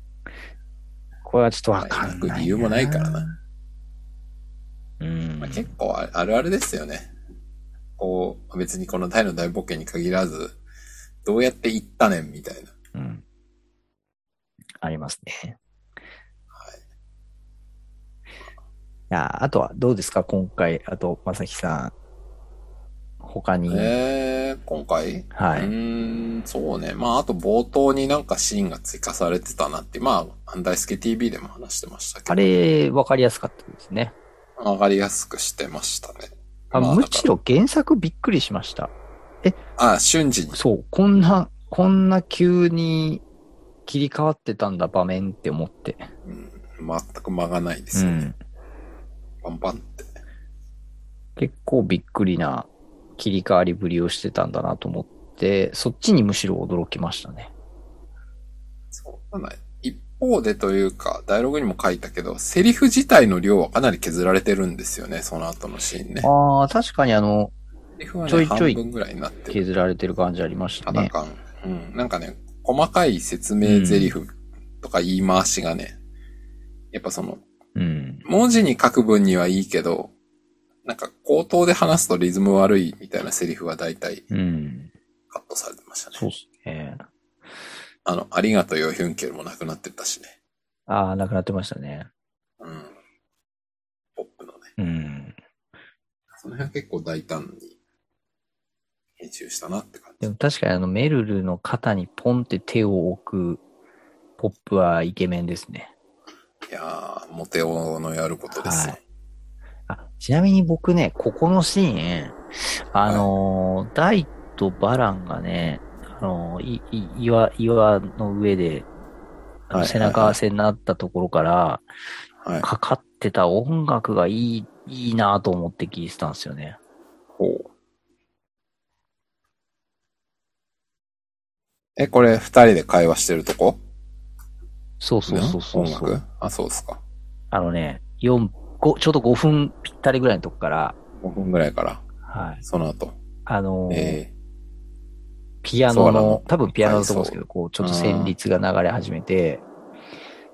S2: これはちょっとわかんない
S1: まあ理由もないからな。
S2: うん。
S1: まあ、結構ああるあるですよね。こう、別にこの大の大冒険に限らず、どうやって行ったねんみたいな。
S2: うん。ありますね。
S1: はい。
S2: いやー、あとはどうですか今回、あと、まさきさん。他に。
S1: えー、今回
S2: は
S1: う
S2: い。
S1: ーん、そうね。まあ、あと冒頭になんかシーンが追加されてたなって、まあ、大輔 TV でも話してました
S2: あ
S1: け
S2: れ、わかりやすかったですね。
S1: ど、上がりやすくしてましたね。
S2: あ
S1: まあ
S2: むしろ原作びっくりしました。
S1: あ、瞬時に。
S2: そう、こんな、こんな急に切り替わってたんだ場面って思って。
S1: うん、全く間がないで
S2: う
S1: すよね。
S2: ん。
S1: パンパンって。
S2: 結構びっくりな切り替わりぶりをしてたんだなと思って、そっちにむしろ驚きましたね。
S1: そうなんだ一方でというか、ダイログにも書いたけど、セリフ自体の量はかなり削られてるんですよね、その後のシーンね。
S2: ああ、確かにあの、
S1: セリフはね、
S2: ちょいちょい
S1: 半分ぐらいになってる。
S2: 削られてる感じありました
S1: 肌
S2: ね。
S1: 感、うん。なんかね、細かい説明台詞とか言い回しがね、やっぱその、
S2: うん。
S1: 文字に書く分にはいいけど、なんか口頭で話すとリズム悪いみたいなセリフは大体
S2: うん。
S1: カットされてました
S2: そう
S1: ね。
S2: っすね。
S1: あの、ありがとうよ、ヒュンケルもなくなってたしね。
S2: ああ、なくなってましたね。
S1: うん。ポップのね。
S2: うん。
S1: その辺は結構大胆に編集したなって感
S2: で
S1: じ
S2: も。確かにあの、メルルの肩にポンって手を置くポップはイケメンですね。
S1: いやー、モテ男のやることですよ。
S2: はいあ、ちなみに僕ね、ここのシーン、あのーダイとバランがね、あのーいい岩、岩の上で、あの
S1: はい
S2: 背中合わせになったところから、
S1: はい。
S2: かかってた音楽がいい、いいなと思って聞いてたんですよね。
S1: ほう。え、これ二人で会話してるとこ
S2: そうそうそうそう
S1: 音
S2: そう。
S1: 楽あ、そうですか。
S2: あのね、4、5、ちょうど5分ぴったりぐらいのとこから、
S1: 5分ぐらいから、
S2: はい。
S1: その後。
S2: あのー
S1: え
S2: ピア
S1: そ
S2: ノ
S1: うな
S2: の
S1: の、
S2: 多分ピアノだと思うんですけど、こう、ちょっと旋律が流れ始めて、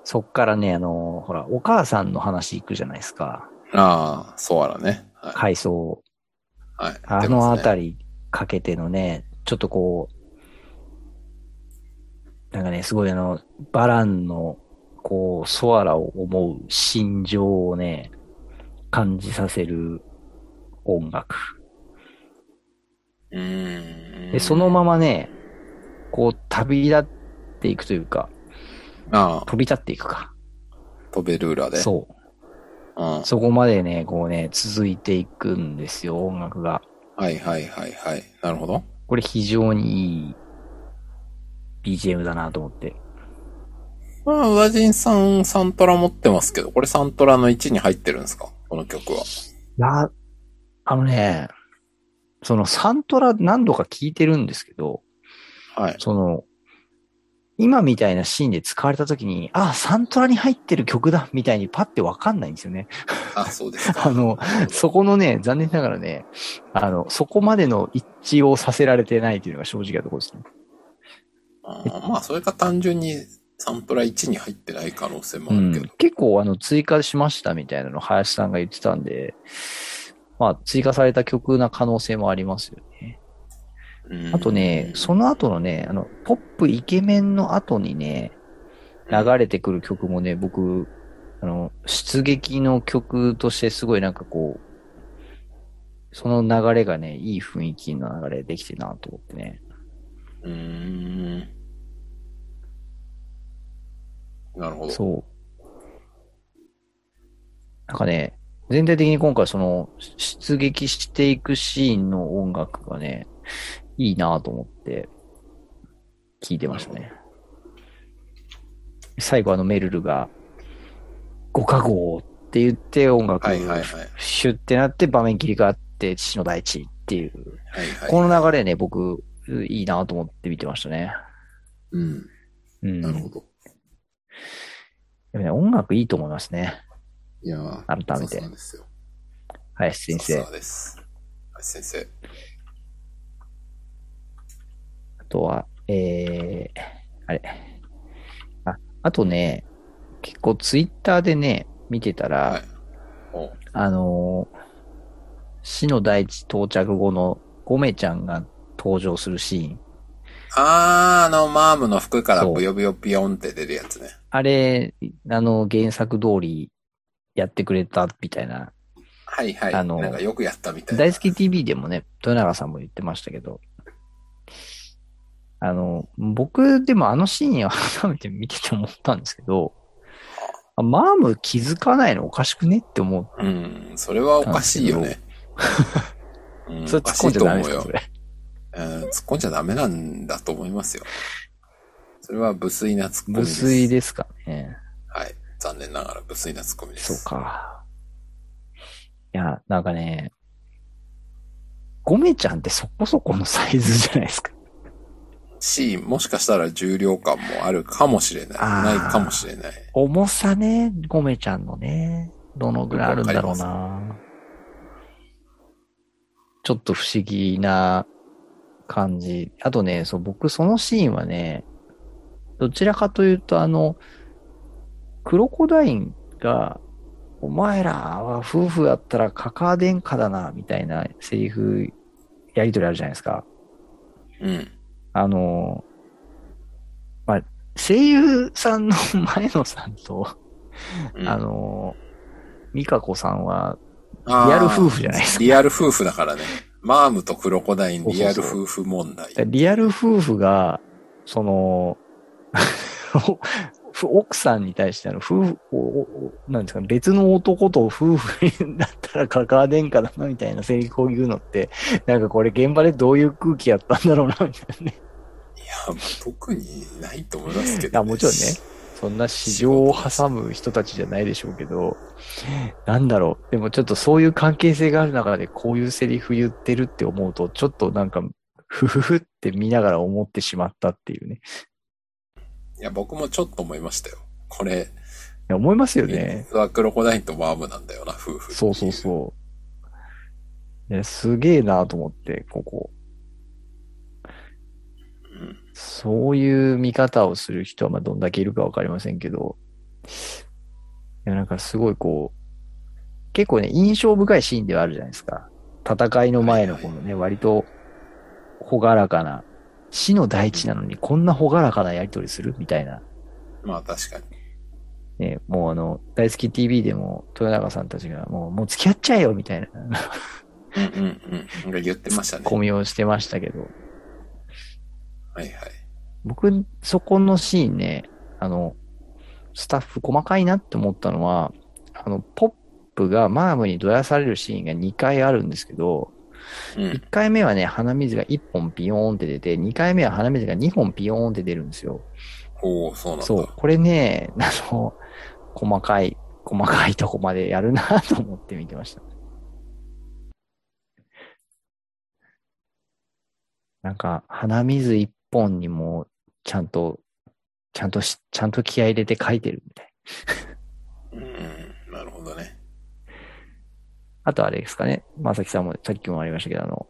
S2: そっからね、あのーほら、お母さんの話行くじゃないですか。
S1: ー、ああ、そうやらね。はい。
S2: 回想。
S1: はい、
S2: あのあ
S1: り。
S2: たりかけてのね、ちょっとこう、なんかね、すごいあの、バランの、こう、ソアラを思う心情をね、感じさせる音楽。
S1: うーん。
S2: で、そのままね、こう、旅立っていくというか、
S1: ああ、
S2: 飛び立っていくか。
S1: 飛べルーラーで。う。
S2: そう。
S1: ん。は
S2: そこまでね、こうね、続いていくんですよ、音楽が。
S1: いはいはいはい。なるほど。
S2: これ非常にいい BGM だなと思って。
S1: まあ、宇和人さん、サントラ持ってますけど、これサントラの1に入ってるんですかこの曲は。
S2: いや、あのね、そのサントラ何度か聞いてるんですけど、
S1: はい。
S2: その、今みたいなシーンで使われた時に、あ、サントラに入ってる曲だみたいにパッてわかんないんですよね。
S1: あ、そうですか。
S2: あの、そこのね、残念ながらね、あの、そこまでの一致をさせられてないというのが正直なところですね。
S1: あーまあ、それか単純にサントラ1に入ってない可能性も
S2: う
S1: あるけ
S2: ん
S1: ど。、
S2: 結構あの追加しましたみたいなの林さんが言ってたんで、まあ追加された曲な可能性もありますよね。
S1: うん
S2: あとね、その後のね、あの、ポップイケメンの後にね、流れてくる曲もね、僕、あの、出撃の曲としてすごいなんかこう、その流れがね、いい雰囲気の流れできてるなと思ってね。
S1: うーん。なるほど。
S2: そう。なんかね、全体的に今回その、し出撃していくシーンの音楽がね、いいなと思って、聞いてましたね。最後あのメルルが、ご加護って言って音楽、
S1: はいはいはい。
S2: シュッてなって場面切り替わって、父の大地っていう、
S1: はいはい。
S2: この流れね、僕、いいなと思って見てましたね。
S1: うん。
S2: うん。
S1: なるほど。
S2: でもね、音楽いいと思いますね。
S1: いやー
S2: 改めて
S1: さすがですよ。
S2: 林先生
S1: さ。すがです。はい、先生。
S2: あとは、えー、あれ。あ、あとね、結構ツイッターでね、見てたら、
S1: はい。お
S2: あのー死の大地到着後のゴメちゃんが登場するシーン。
S1: あー、あの、マームの服から
S2: そう
S1: ブヨブヨピヨンって出るやつね。
S2: あれ、あの、原作通りやってくれたみたいな。
S1: はいはい。
S2: あの
S1: なんかよくやったみたいな。
S2: 大好き TV でもね、豊永さんも言ってましたけど、あの、僕でもあのシーンを改めて見てて思ったんですけど、あマーム気づかないのおかしくねって思う。
S1: うん、それはおかしいよね。うん
S2: それ突っ込んじゃダメです
S1: おかしいと思う
S2: か、そ
S1: よ
S2: れ。
S1: うん突っ込んじゃダメなんだと思いますよ。それは無粋な突っ込み
S2: 無
S1: です。
S2: 水ですかね。
S1: はい。残念ながら無粋なツッコミです。
S2: そうか。いや、なんかね、ゴメちゃんってそこそこのサイズじゃないですか。
S1: し、もしかしたら重量感もあるかもしれない。
S2: あー
S1: ないかもしれない。
S2: 重さね、ゴメちゃんのね、どのぐらいあるんだろうな。ちょっと不思議な感じ。あとね、そう、僕そのシーンはね、どちらかというとあの、クロコダインが、お前らは夫婦だったらカカア殿下だな、みたいなセリフ、やりとりあるじゃないですか。
S1: うん。
S2: あの、まあ、声優さんの前野さんと、
S1: うん
S2: あ、の、美香子さんは、
S1: あー
S2: リアル夫婦じゃないですか
S1: リアル夫婦だからね。マームとクロコダイン、
S2: そうそう
S1: リ
S2: そう
S1: アル夫婦問題。
S2: リアル夫婦が、その、奥さんに対してあの、夫婦、おおなんですか、別の男と夫婦だったらカカア殿下だな、みたいなセリフを言うのって、なんかこれ現場でどういう空気やったんだろうな、みたいなね。
S1: いや、まあ特にないと思いますけど、
S2: あもちろんね、そんな市場を挟む人たちじゃないでしょうけど、なんだろう。でもちょっとそういう関係性がある中でこういうセリフ言ってるって思うと、ちょっとなんか、ふふふって見ながら思ってしまったっていうね。
S1: いや、僕もちょっと思いましたよ。これ、
S2: いや思いますよね。
S1: 実はクロコダインとマームなんだよな、夫婦。
S2: そうそうそう。ね、すげえなと思って、ここ。
S1: うん。
S2: そういう見方をする人はまあどんだけいるかわかりませんけど、いやなんかすごいこう、結構ね、印象深いシーンではあるじゃないですか。戦いの前のこのね、割と、ほがらかな、死の大地なのにこんなほがらかなやりとりするみたいな。
S1: まあ確かに。
S2: ね、もうあの、大好き TV でも、豊永さんたちが、もう、もう付き合っちゃえよみたいな、
S1: うんうんうん。なんか言ってましたね。
S2: コミをしてましたけど、
S1: はいはい。
S2: 僕、そこのシーンね、あの、スタッフ細かいなって思ったのは、あの、ポップがマームにどやされるシーンが2回あるんですけど、
S1: うん。
S2: 1回目はね、鼻水が1本ピヨーンって出て、2回目は鼻水が2本ピヨーンって出るんですよ。
S1: おおそうなんだ。
S2: そう。これね、 あの、細かい、細かいとこまでやるなと思って見てました。なんか、鼻水一本にも、ちゃんと、ちゃんとし、ちゃんと気合い入れて書いてるみたいな。
S1: うん、なるほどね。
S2: あとあれですかね。まさきさんも、さっきもありましたけど、あの、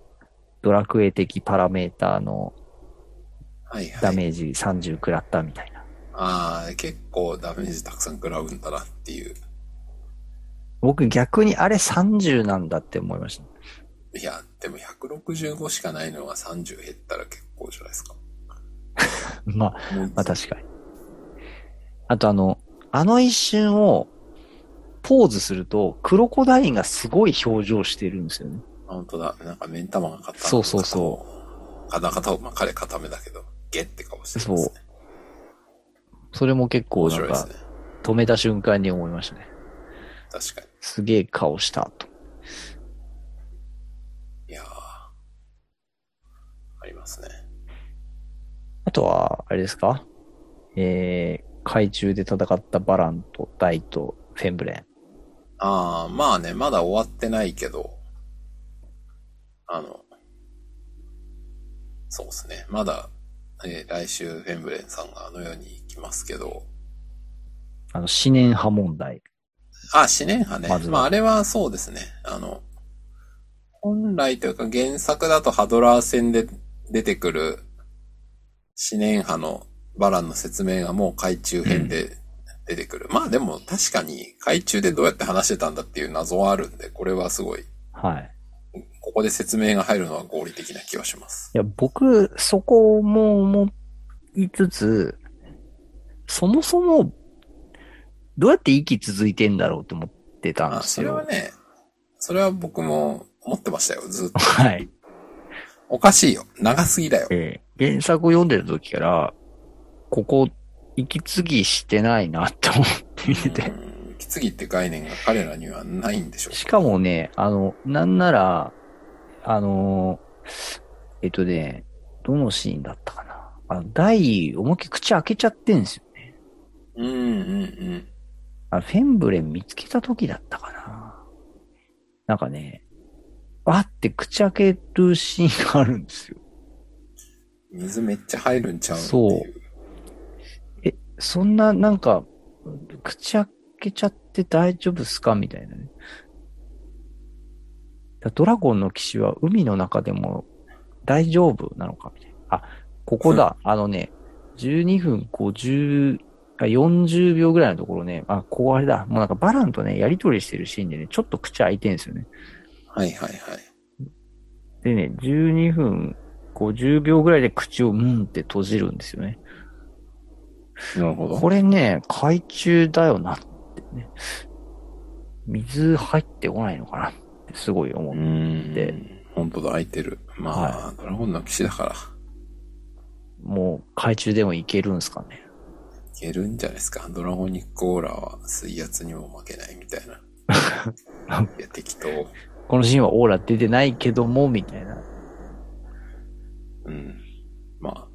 S2: ドラクエ的パラメーターの
S1: はいはい。
S2: ダメージ30食らったみたいな。
S1: ああ、結構ダメージたくさん食らうんだなっていう。
S2: 僕逆にあれ30なんだって思いました。
S1: いや、でも165しかないのは30減ったら結構じゃないですか。
S2: まあ、
S1: もう
S2: まあ確かに。あとあの、あの一瞬をポーズすると、クロコダインがすごい表情してるんですよね。
S1: あ本当だ。なんか目ん玉が硬。
S2: そうそうそう
S1: 片方を、まあ彼固めだけど、ゲって顔してますね。
S2: それも結構
S1: 面
S2: な
S1: 白
S2: ん
S1: いです
S2: か
S1: ね。
S2: 止めた瞬間に思いましたね。
S1: 確か
S2: すげえ顔したと。
S1: に。いやーありますね。
S2: あとは、あれですかえー、海中で戦ったバランとダイとフェンブレン。
S1: ああ、まあね、まだ終わってないけど、あの、そうですね。まだ、えー来週、フェンブレンさんがあの世に行きますけど、
S2: あの、四年派問題。
S1: あ、四年派ね。
S2: まずは
S1: まあ、あれはそうですね。あの、本来というか原作だとハドラー戦で出てくる四年派のバランの説明がもう海中編で出てくる。まあでも確かに海中でどうやって話してたんだっていう謎はあるんで、これはすごい、
S2: はい。
S1: ここで説明が入るのは合理的な気はします。
S2: いや、僕、そこも思いつつ、そもそも、どうやって息続いてんだろうって思ってたん
S1: あ、
S2: です
S1: それは
S2: よ。
S1: ね、それは僕も思ってましたよ、ずっと。
S2: はい。
S1: おかしいよ。長すぎだよ。
S2: えー原作を読んでる時から、ここ、息継ぎしてないなって思って見てて。
S1: うん、息継ぎって概念が彼らにはないんでしょう
S2: しかもね、あの、なんなら、あの、えっとね、どのシーンだったかな。あの、大、思いっきり口開けちゃってんですよね。
S1: うんうんうん。
S2: あフェンブレン見つけた時だったかな。なんかね、わって口開けるシーンがあるんですよ。
S1: 水めっちゃ入るんちゃうっていう。
S2: そんな、なんか、口開けちゃって大丈夫っすかみたいなね。だドラゴンの騎士は海の中でも大丈夫なのかみたいな。あ、ここだ。あのね、12分50、あ40秒ぐらいのところね、あ、ここあれだ。もうなんかバランとね、やりとりしてるシーンでね、ちょっと口開いてるんですよね。
S1: はいはいはい。
S2: でね、12分50秒ぐらいで口をうんって閉じるんですよね。
S1: なるほ
S2: これね、海中だよなってね。水入ってこないのかなってすごい思
S1: う
S2: う。
S1: ー
S2: で
S1: ん。本当だ、空いてる。まあ、ドラゴンの騎士だから、い
S2: もう海中でもいけるんすかね。
S1: けるんじゃないですか。ドラゴニックオーラは水圧にも負けないみたい な。いや、適当。
S2: このシーンはオーラ出てないけども、みたいな。
S1: うん。ま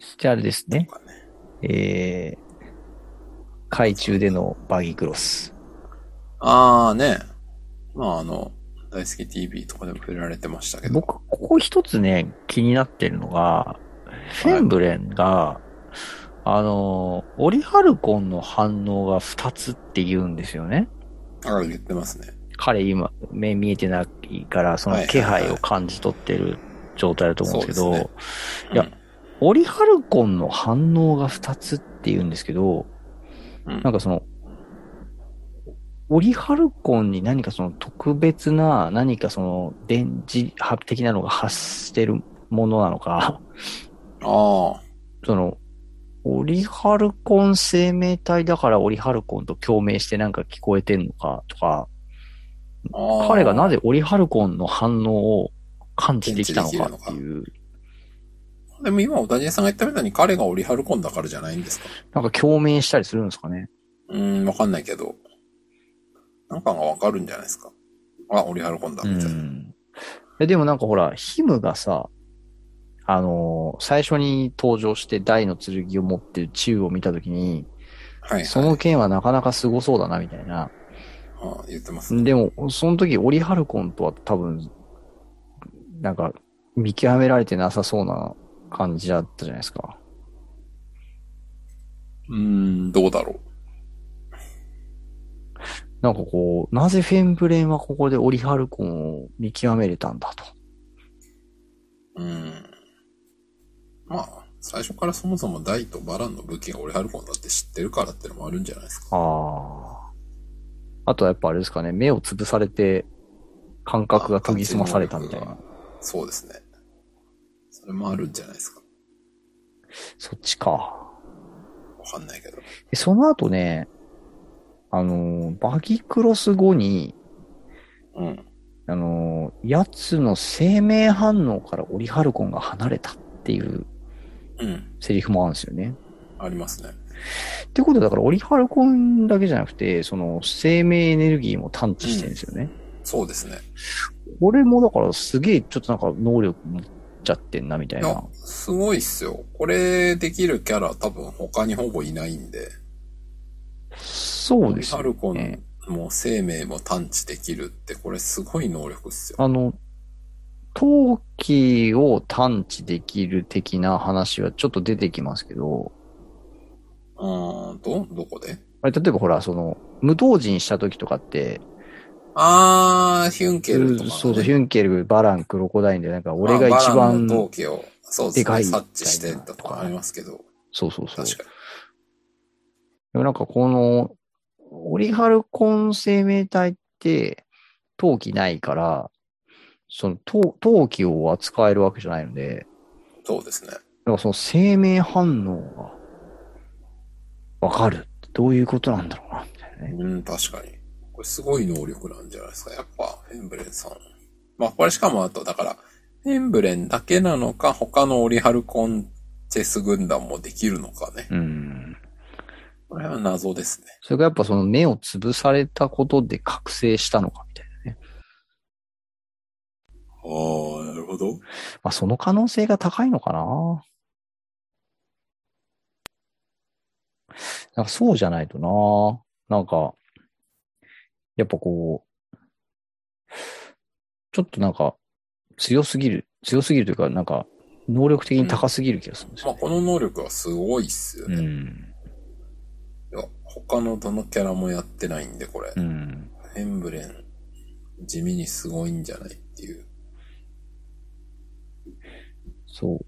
S2: そしてあれです
S1: あ、と
S2: ね。
S1: かね。
S2: えー、海中でのバギークロス。
S1: ああね。まああの、大好き TV とかでも触れられてましたけど。
S2: 僕、ここ一つね、気になってるのが、フェンブレンが、あの、オリハルコンの反応が二つって言うんですよね。
S1: ああ、言ってますね。
S2: 彼今目見えてないからその気配を感じ取ってる状態だと思うんですけど、
S1: はいはいはい
S2: いやオリハルコンの反応が2つって言うんですけど、
S1: うん、うん
S2: なんかその、オリハルコンに何かその特別な何かその電磁波的なのが発してるものなのか、
S1: ああ、
S2: その、オリハルコン生命体だからオリハルコンと共鳴してなんか聞こえてんのかとか、
S1: ああ。
S2: 彼がなぜオリハルコンの反応を感知できたのかっていう、
S1: でも今、小田さんが言ったみたいに彼がオリハルコンだからじゃないんですか
S2: なんか共鳴したりするんですかね。
S1: うーん、わかんないけど。なんかがわかるんじゃないですか。あ、オリハルコンだ、
S2: う
S1: みたいな。
S2: ん。えでもなんかほら、ヒムがさ、あのー最初に登場して大の剣を持ってる宙を見たときに、
S1: はい、はい。
S2: その剣はなかなか凄そうだな、みたいな。
S1: あ言ってますね。
S2: でも、その時、オリハルコンとは多分、なんか、見極められてなさそうな感じだったじゃないですか。
S1: うーん、どうだろ
S2: なんかこう、なぜフェンブレンはここでオリハルコンを見極めれたんだと。
S1: う。うーん。まあ、最初からそもそもダイとバランの武器が俺ハルコンだって知ってるからってのもあるんじゃないですか。
S2: ああ。あとはやっぱあれですかね、目を潰されて、感覚が研ぎ澄まされたみたいな。
S1: そうですね。それもあるんじゃないですか。
S2: そっちか。
S1: わかんないけど。
S2: でその後ね、あのー、バギクロス後に、
S1: うん。
S2: あのー、奴の生命反応からオリハルコンが離れたっていう
S1: うん。
S2: セリフもあるんですよね。
S1: ありますね。
S2: ってことはだからオリハルコンだけじゃなくて、その生命エネルギーも探知してるんですよね。
S1: そうですね。
S2: これもだからすげえちょっとなんか能力持っちゃってんなみたい
S1: いや
S2: な。、
S1: すごいっすよ。これできるキャラ多分他にほぼいないんで。
S2: そうです
S1: ハ
S2: よ
S1: ルコ
S2: ね
S1: ンも生命も探知できるって、これすごい能力っすよ。
S2: あの、陶器を探知できる的な話はちょっと出てきますけど、
S1: うーんと、どこで
S2: あれ、例えばほら、その、無動じにした時とかって、
S1: あー、ヒュンケルとか、ね。
S2: そうそう、ヒュンケル、バラン、クロコダインで、なんか、
S1: まあ
S2: 俺が一
S1: バラン
S2: 番、
S1: の同期を、そうで
S2: ですか
S1: ね、
S2: い
S1: 察知してとかありますけど、
S2: そうそうそう。
S1: 確
S2: で
S1: か
S2: もなんか、この、オリハルコン生命体って、陶器ないから、その陶、陶器を扱えるわけじゃないので、
S1: に。そうですね。
S2: なんかその生命反応が、わかる。どういうことなんだろうな、みたいなね。
S1: うん、確かに。これすごい能力なんじゃないですか。やっぱ、フェンブレンさん。まあ、これしかもあと、だから、フェンブレンだけなのか、他のオリハルコンチェス軍団もできるのかね。
S2: うん。
S1: これは謎ですね。
S2: それがやっぱその目を潰されたことで覚醒したのか、みたいな。
S1: あー、なるほど。
S2: まあ、その可能性が高いのかな。なんかそうじゃないとな。なんか、やっぱこう、ちょっとなんか強すぎる、強すぎるというか、なんか能力的に高すぎる気がするんです
S1: ま
S2: よ
S1: あ、この能力はすごいっすよ
S2: ね。
S1: ね。
S2: うん。
S1: いや他のどのキャラもやってないんで、これ。
S2: うん。
S1: フェンブレン、地味にすごいんじゃないっていう。
S2: そう。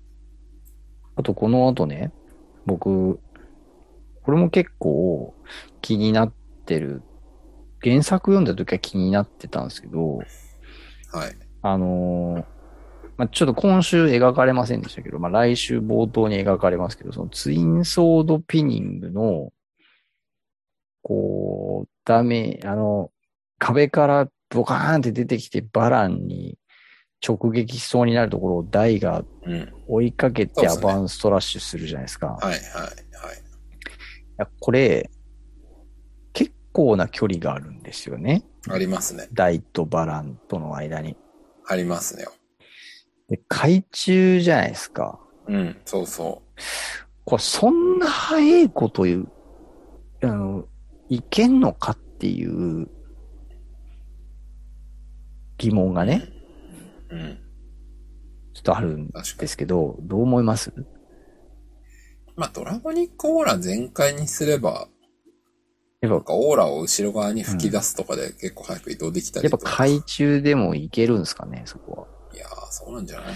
S2: あとこの後ね、僕、これも結構気になってる。原作読んだ時は気になってたんですけど、
S1: はい。
S2: あのーまあ、ちょっと今週描かれませんでしたけど、まあ、来週冒頭に描かれますけど、そのツインソードピニングの、こう、ダメ、あの、壁からボカーンって出てきてバランに直撃しそうになるところをダイが
S1: うん。
S2: 追いかけ
S1: そう
S2: て
S1: で
S2: ア
S1: すね
S2: バンストラッシュするじゃないですか。
S1: はい、はい、はい。
S2: いやこれ、結構な距離があるんですよね。
S1: ありますね。
S2: ダイとバランとの間に。
S1: ありますね。
S2: で、海中じゃないですか。
S1: うん、そうそ
S2: これそんな早いこと言う、あの、いけんのかっていう疑問がね、
S1: う。うん、
S2: ちょっとあるん
S1: 確か
S2: で
S1: に。
S2: すけど、どう思います
S1: まあ、ドラゴニックオーラ全開にすれば、
S2: やっ
S1: なんかオーラを後ろ側に吹き出すとかで結構早く移動できた
S2: ぱ、
S1: り
S2: やっぱ
S1: とか。
S2: 海中でもいけるんですかね、そこ
S1: いやー、そうなんじゃない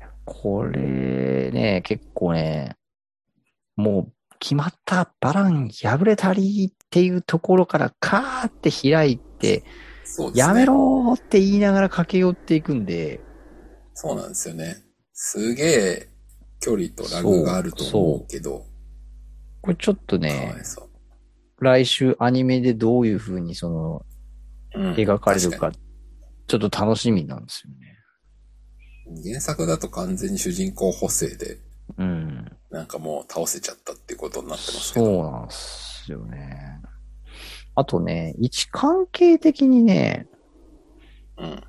S2: は。これね、結構ね、もう決まったバラン破れたりっていうところからカーって開いて、
S1: そうですね。
S2: やめろーって言いながら駆け寄っていくんで、
S1: そうなんですよね。すげえ距離とラグがあると思うけど、
S2: これちょっと
S1: か
S2: ね
S1: わい、そう。
S2: 来週アニメでどういう風にその
S1: うん
S2: 描かれる
S1: 確
S2: か、ちょっと楽しみなんですよね。
S1: に原作だと完全に主人公補正で、
S2: うん。
S1: なんかもう倒せちゃったっていうことになってますけど。
S2: そうなんですよね。あとね、位置関係的にね、
S1: うん。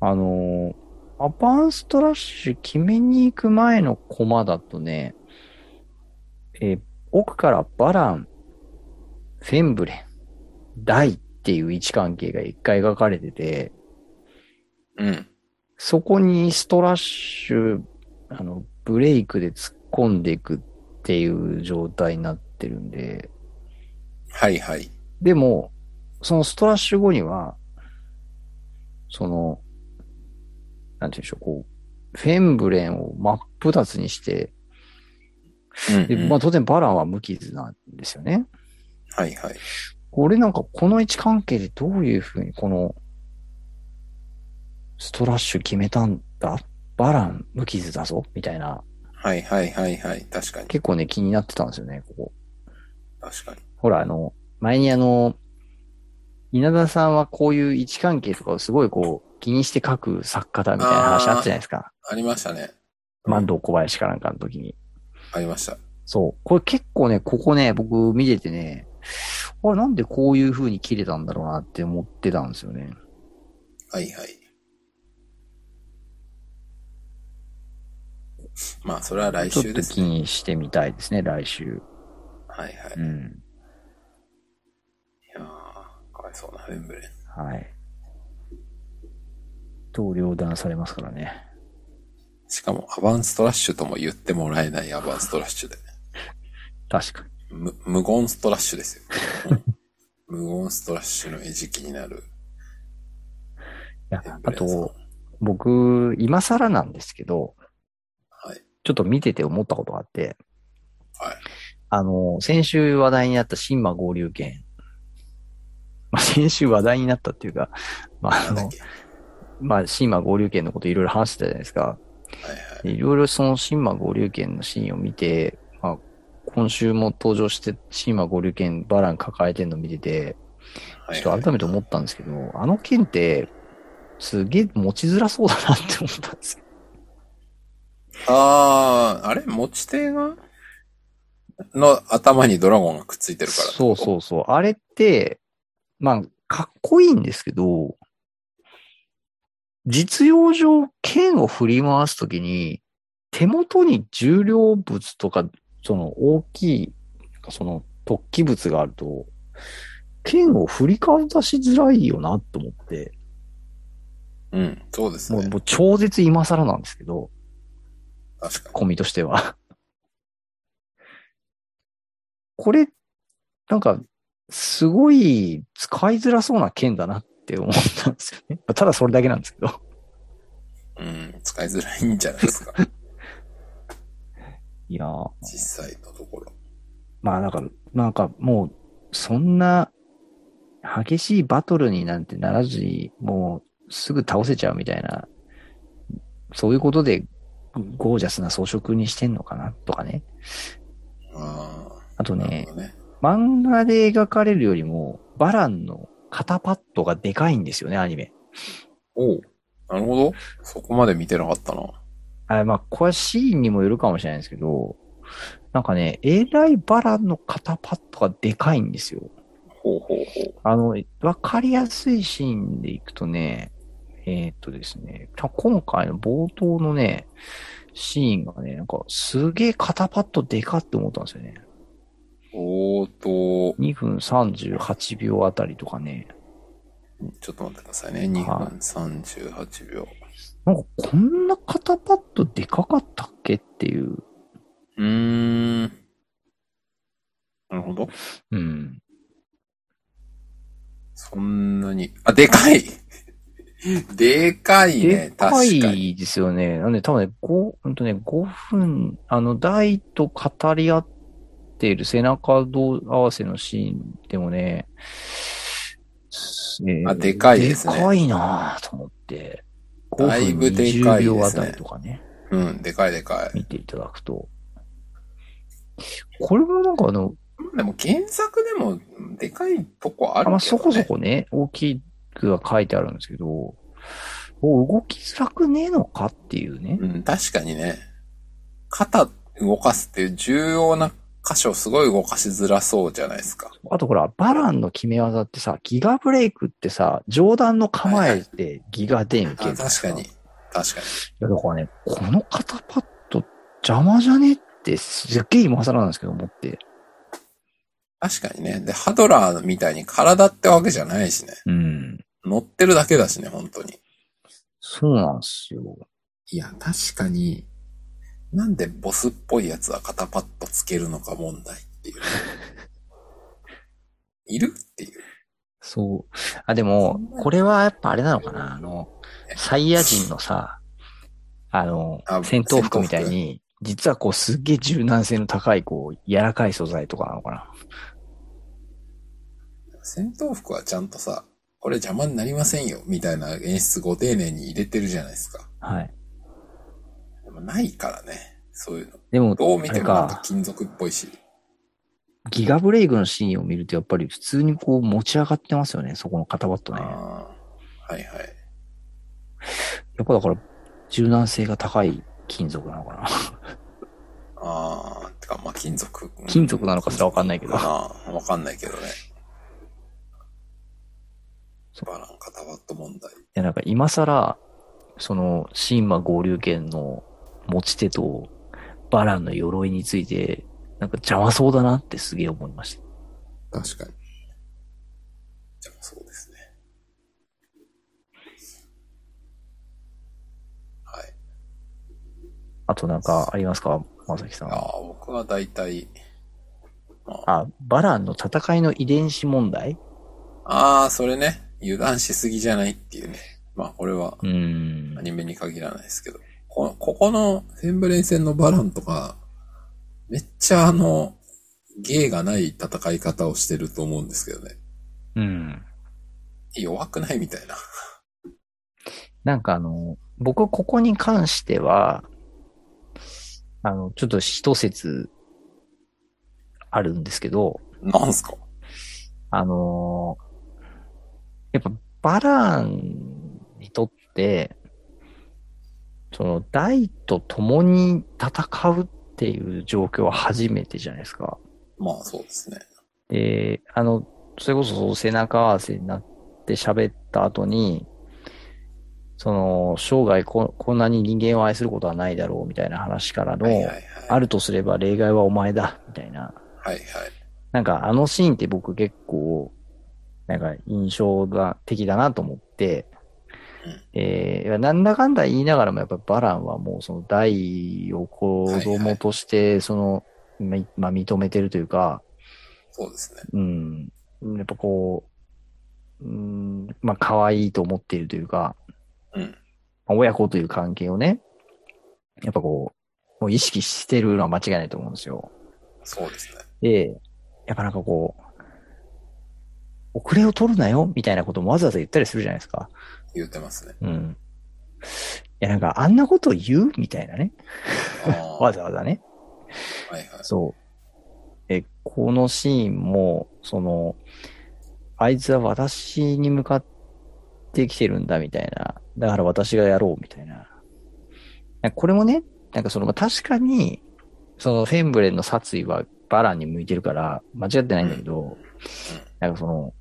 S2: あのーアバンストラッシュ決めに行く前のコマだとね、えー奥からバラン、フェンブレン、ダイっていう位置関係が一回描かれてて、
S1: うん。
S2: そこにストラッシュ、あの、ブレイクで突っ込んでいくっていう状態になってるんで、
S1: はいはい。
S2: でも、そのストラッシュ後には、その、なんて言うんでしょう、こう、フェンブレンを真っ二つにして、
S1: うん、
S2: で
S1: うん
S2: まあ当然バランは無傷なんですよね。
S1: はいはい。
S2: 俺なんかこの位置関係でどういうふうにこのストラッシュ決めたんだバラン無傷だぞみたいな、
S1: はいはいはいはい。確かに。
S2: 結構ね気になってたんですよね、ここ。
S1: 確かに。
S2: ほらあの、前にあの、稲田さんはこういう位置関係とかをすごいこう気にして書く作家だみたいな話あったじゃないですか。
S1: ありましたね。
S2: 万堂小林かなんかの時に。
S1: ありました。
S2: そう。これ結構ね、ここね、僕見ててね、あれなんでこういう風に切れたんだろうなって思ってたんですよね。
S1: はいはい。まあ、それは来
S2: ちょっ
S1: 週
S2: と
S1: です
S2: 気
S1: ね。
S2: にしてみたいですね、来週。
S1: はいはい。
S2: う
S1: い
S2: ん。
S1: やーかわいそうなフェンブレン。
S2: はい。と両断されますからね。
S1: しかも、アバンストラッシュとも言ってもらえないアバンストラッシュで。
S2: 確かに。
S1: む無言ストラッシュ ですよ。無言ストラッシュの餌食になる。
S2: いや
S1: フェンブ
S2: あ
S1: レンさん
S2: と、僕、今更なんですけど、
S1: はい。
S2: ちょっと見てて思ったことがあって、
S1: はい。
S2: あの、先週話題になった新馬合流券。まあ、先週話題になったっていうか、まあ、あ
S1: なんだっ
S2: の、
S1: け。は
S2: まあ、新馬合流券のこといろいろ話してたじゃないですか。
S1: いはい。
S2: でいろいろその新馬合流圏のシーンを見て、まあ、今週も登場して新馬合流圏バラン抱えてるの見てて、
S1: はい
S2: ちょっと改めて思ったんですけど、あの剣ってすげえ持ちづらそうだなって思ったんですよ。
S1: あー、あれ持ち手がの頭にドラゴンがくっついてるから。
S2: そうそうそう。あれって、まあ、かっこいいんですけど、実用上剣を振り回すときに、手元に重量物とか、その大きい、その突起物があると、剣を振りかざしづらいよなと思って、
S1: う。うん、そうです
S2: もう
S1: ね。
S2: もう超絶今更なんですけど、
S1: 確かに。
S2: 込みとしては。 これ、なんか、すごい使いづらそうな剣だなって思ったんですよね。 まあただそれだけなんですけど。
S1: うん、使いづらいんじゃない ですか。
S2: いやー
S1: 実際のところ。
S2: まあだから、なんかもう、そんな激しいバトルになんてならずに、もうすぐ倒せちゃうみたいな、そういうことでゴージャスな装飾にしてんのかなとかね。
S1: あ
S2: あと
S1: あ、な
S2: ね
S1: る、ほどね。
S2: 漫画で描かれるよりも、バランの肩パッドがでかいんですよね、アニメ。
S1: おうなるほど。そこまで見てなかったな。
S2: あまあ、これはシーンにもよるかもしれないですけど、なんかね、えらいバランの肩パッドがでかいんですよ。
S1: ほうほうほう。
S2: あの、わかりやすいシーンでいくとね、えーっとですね、た今回の冒頭のね、シーンがね、なんかすげえ肩パッドでかって思ったんですよね。
S1: おーと、
S2: 2分38秒あたりとかね、
S1: ちょっと待ってくださいね。2
S2: はい
S1: 分38秒。
S2: なんかこんな肩パッドでかかったっけっていう
S1: うーん。なるほど。
S2: うん。
S1: そんなに。あ、でかい でかいね
S2: で。か
S1: 確かに。
S2: いですよね。なんで、多分ね、5、ほんとね、5分、あの、大と語り合っている背中同合わせのシーンでもね、え
S1: あでかいですね
S2: でかいなぁと思って、5分
S1: だいぶでかいですね
S2: 20秒あたりとかね、
S1: うん、でかいでかい。
S2: 見ていただくと。これもなんかあの、
S1: でも原作でも、でかいとこあるけど、ね。
S2: まあ、そこそこね、大きくは書いてあるんですけど、お動きづらくねえのかっていうね。
S1: うん、確かにね。肩動かすっていう重要な箇所すごい動かしづらそうじゃないですか。
S2: あとほら、バランの決め技ってさ、ギガブレイクってさ、上段の構えでギガデン受け
S1: あ
S2: るじゃないです
S1: 確かに。。確か
S2: いやだからね、この肩パッド邪魔じゃねってすっげえ今更なんですけど思って。
S1: に。確かにね。で、ハドラーみたいに体ってわけじゃないしね。
S2: うん。
S1: 乗ってるだけだしね、本当に。
S2: そうなんですよ。
S1: いや、確かに、なんでボスっぽいやつは肩パッとつけるのか問題っていう。 いるっていう。
S2: そう。あ、でも、これはやっぱあれなのかなあの、サイヤ人のさ、あの
S1: あ、
S2: 戦闘服みたいに、実はこうすっげえ柔軟性の高い、こう、柔らかい素材とかなのかな
S1: 戦闘服はちゃんとさ、これ邪魔になりませんよ、みたいな演出ご丁寧に入れてるじゃないですか。
S2: はい。
S1: でもないからね、そういうの。
S2: でも、
S1: どう見
S2: あ
S1: て
S2: れ
S1: もなん
S2: か
S1: か、金属っぽいし。
S2: ギガブレイクのシーンを見ると、やっぱり普通にこう持ち上がってますよね、そこの肩バット
S1: あ
S2: ね。
S1: あーはいはい。
S2: やっぱだから、柔軟性が高い金属なの かな。
S1: ああ、てか、まあ、金属。うん
S2: 金属なのかすらわかんないけど
S1: かなわかんないけどね。バラン肩バット問題。
S2: で、なんか今更、その、新馬合流拳の持ち手と、バランの鎧について、なんか邪魔そうだなってすげえ思いました。
S1: 確かに。じゃあ、そうですね。はい。
S2: あとなんかありますかまさきさん。
S1: ああ、僕は大体、
S2: あ、バランの戦いの遺伝子問題
S1: ああ、それね、油断しすぎじゃないっていうね。まあ、これは
S2: うーん
S1: ア。ニメに限らないですけど。こここのフェンブレン戦のバランとか、めっちゃあの、芸がない戦い方をしてると思うんですけどね。
S2: うん。
S1: 弱くないみたいな。
S2: なんかあの、僕ここに関しては、あの、ちょっと一説あるんですけど、
S1: なんすか
S2: あのーやっぱバランにとって、その大と共に戦うっていう状況は初めてじゃないですか。
S1: まあ、そうですね。
S2: で、あの、それこそ背中合わせになって喋った後に、その、生涯ここんなに人間を愛することはないだろうみたいな話からの、
S1: はいはいはい。
S2: あるとすれば例外はお前だ、みたいな。
S1: はいはい。
S2: なんかあのシーンって僕結構、なんか印象が的だなと思って、えーいやなんだかんだ言いながらもやっぱバランはもうその大を子供として、その、みまあ認めてるというか、
S1: そうですね。
S2: うん、やっぱこう、うん、まあ可愛いと思っているというか、
S1: うん。
S2: まあ親子という関係をね、やっぱこう、もう意識してるのは間違いないと思うんですよ。
S1: そうですね。
S2: で、やっぱなんかこう、遅れを取るなよみたいなこともわざわざ言ったりするじゃないですか。
S1: 言ってますね。
S2: うん。いや、なんかあんなことを言うみたいなね。
S1: ああ。
S2: わ
S1: はい
S2: ざわざね。
S1: はい。
S2: そう。え、このシーンも、その、あいつは私に向かってきてるんだみたいな。だから私がやろうみたいな。なんかこれもね、なんかその、まあ確かに、そのフェンブレンの殺意はバランに向いてるから、間違ってないんだけど、なんかその、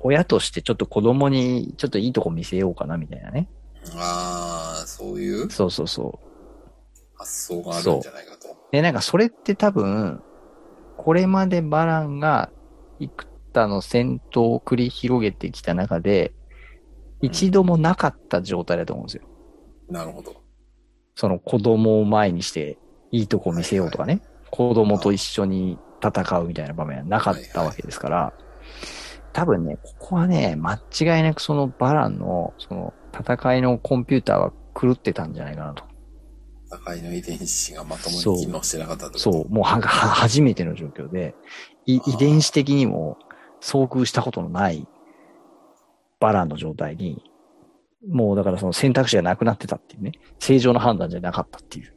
S2: 親としてちょっと子供にちょっといいとこ見せようかなみたいなね。
S1: ああ、そういう
S2: そうそうそう。
S1: 発想があるんじゃないかと。
S2: で、なんかそれって多分、これまでバランが幾多の戦闘を繰り広げてきた中で、
S1: うん
S2: 一度もなかった状態だと思うんですよ。
S1: なるほど。
S2: その子供を前にして、いいとこ見せようとかね、子供と一緒に戦うみたいな場面はなかったわけですから、多分ね、ここはね、間違いなくそのバランの、その戦いのコンピューターは狂ってたんじゃないかなと。
S1: 高いの遺伝子がまとも
S2: そう
S1: に機能してなかったってこと
S2: そう、もうはは初めての状況で、い
S1: あー
S2: 遺伝子的にも遭遇したことのないバランの状態に、もうだからその選択肢がなくなってたっていうね、正常な判断じゃなかったっていう。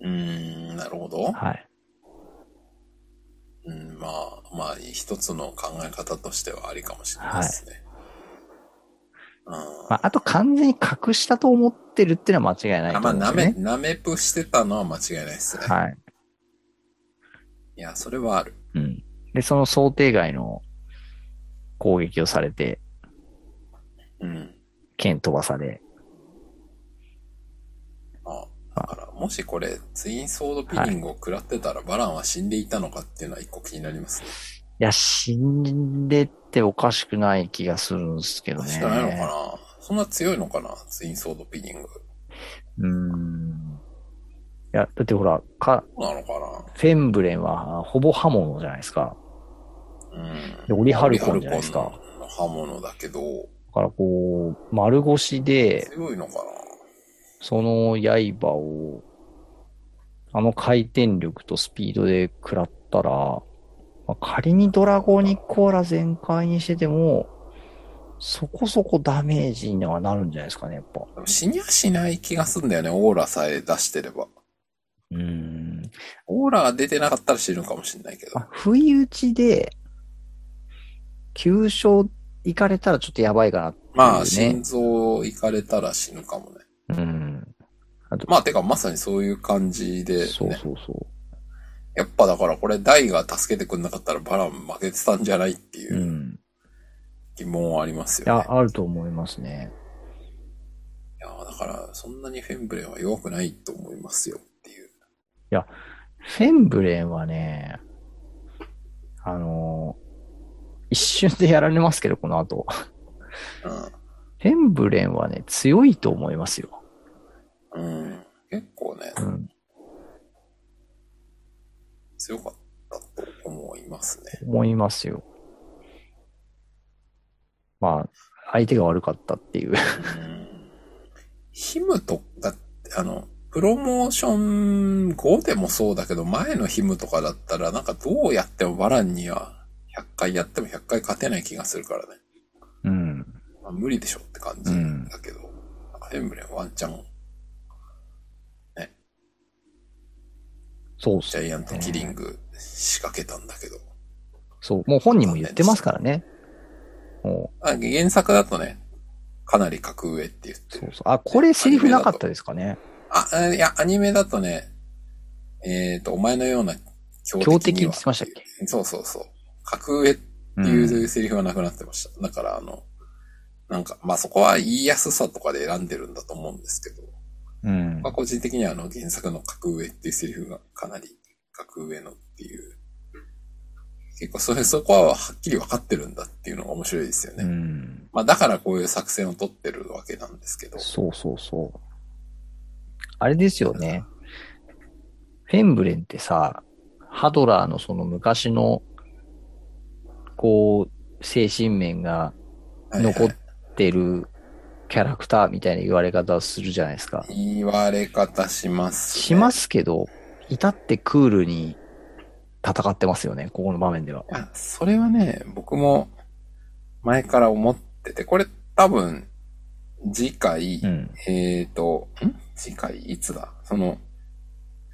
S1: うーん、なるほど。
S2: はい。
S1: うん、まあ、まあ、一つの考え方としてはありかもしれないですね。うん
S2: まあ、あと完全に隠したと思ってるっていうのは間違いないと
S1: あ
S2: 思
S1: ま
S2: う
S1: あ、
S2: んで
S1: な
S2: すよ
S1: め、
S2: ね。
S1: なめぷしてたのは間違いないですね。
S2: はい。
S1: いや、それはある。
S2: うん。で、その想定外の攻撃をされて、
S1: うん。
S2: 剣飛ばされ、
S1: あだから、もしこれ、ツインソードピニングを食らってたら、バランは死んでいたのかっていうのは一個気になりますね。
S2: や、死んでっておかしくない気がするんですけどね。
S1: しかないのかなそんな強いのかなツインソードピニング。
S2: うーん。いや、だってほら、か、
S1: そうなのか
S2: フェンブレンはほぼ刃物じゃないですか。
S1: なうん。
S2: でオリハルコンじゃないですか
S1: オリハルコンの刃物だけど、
S2: だからこう、丸腰で、
S1: 強いのかな
S2: その刃を、あの回転力とスピードで食らったら、まあ仮にドラゴニコーラ全開にしてても、そこそこダメージにはなるんじゃないですかね、やっぱ。
S1: でも死にゃしない気がすんだよね、オーラさえ出してれば。
S2: うーん。
S1: オーラが出てなかったら死ぬかもしれないけど
S2: ま。あ、不意打ちで、急所行かれたらちょっとやばいかなっていう、ね。
S1: まあ、心臓行かれたら死ぬかもね。
S2: うん。
S1: まあ、てか、まさにそういう感じで、ね。
S2: そうそうそ。
S1: やっぱだからこれ、ダイが助けてくんなかったらバラン負けてたんじゃないっていう
S2: う。
S1: うん疑問はあります
S2: い
S1: よね。
S2: や、あると思いますね。
S1: いや、だから、そんなにフェンブレンは弱くないと思いますよっていう。
S2: フェンブレンはね、あのー一瞬でやられますけど、この後。フェンブレンはね、強いと思いますよ。
S1: うん。うん。結構ね、
S2: うん。
S1: 強かったと思いますね。
S2: 思いますよ。まあ、相手が悪かったっていう。
S1: うん。ヒムとかって、あの、プロモーション後でもそうだけど、前のヒムとかだったら、なんかどうやってもバランには100回やっても100回勝てない気がするからね。
S2: うん。
S1: まあ、無理でしょって感じだけど、なんかフェンブレンワンチャン
S2: そうっ
S1: ジ
S2: す。
S1: ャイアントキリング仕掛けたんだけど。
S2: そう。もう本人も言ってますからね。も
S1: あ原作だとね、かなり格上って言っ
S2: う、
S1: て
S2: そう
S1: る。
S2: そう。あ、これセリフなかったですかね。
S1: あ、あいや、アニメだとね、えっ、と、お前のような強
S2: 強敵
S1: に
S2: に
S1: は
S2: 言ってましたっけ
S1: そうそうそう。格上って
S2: うん
S1: いうセリフはなくなってました。だから、あの、なんか、まあそこは言いやすさとかで選んでるんだと思うんですけど、
S2: うん
S1: まあ、個人的にはあの原作の格上っていうセリフがかなり格上のっていう、結構それ、そこははっきり分かってるんだっていうのが面白いですよね。
S2: うん。
S1: まあだからこういう作戦を取ってるわけなんですけど。
S2: そうそうそう。あれですよね。フェンブレンってさ、ハドラーのその昔の、こう、精神面が
S1: はいはい
S2: 残ってるキャラクターみたいな言われ方をするじゃないですか。
S1: 言われ方します、
S2: しますけど、至ってクールに戦ってますよね、ここの場面では。
S1: いや、それはね、僕も前から思ってて、これ多分、次回、
S2: うん。
S1: えーと、ん次回いつだその、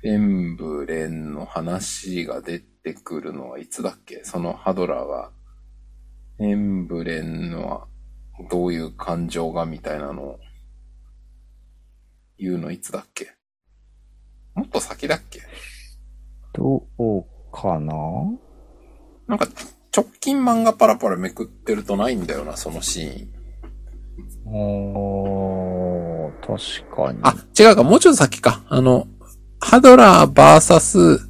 S1: フェンブレンの話が出てくるのはいつだっけそのハドラーが、フェンブレンのはどういう感情がみたいなのを言うのいつだっけもっと先だっけ
S2: どうかな
S1: なんか直近漫画パラパラめくってるとないんだよな、そのシーン。
S2: おー、確かに。
S1: あ、違うか、もうちょっと先か。あの、ハドラーバーサス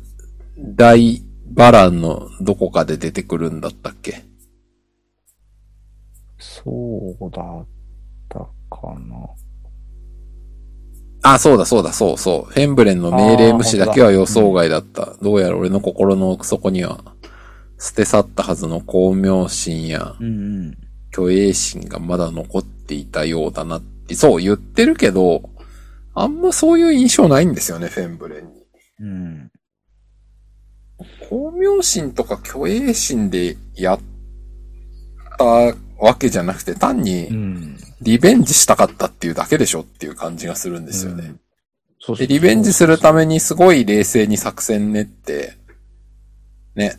S1: 大バランのどこかで出てくるんだったっけ
S2: そうだったかな。
S1: あ、そうだそうだ、そうそう。フェンブレンの命令無視だけは予想外だった。どうやら俺の心の奥底には、捨て去ったはずの巧妙心や
S2: うんうん。
S1: 虚栄心がまだ残っていたようだなって、そう言ってるけど、あんまそういう印象ないんですよね、フェンブレンに。
S2: うん。
S1: 巧妙心とか虚栄心でやったわけじゃなくて、単
S2: う
S1: に
S2: ん。
S1: リベンジしたかったっていうだけでしょっていう感じがするんですよね。
S2: うんそう
S1: で、リベンジするた
S2: め。
S1: めにすごい冷静に作戦練って、ね。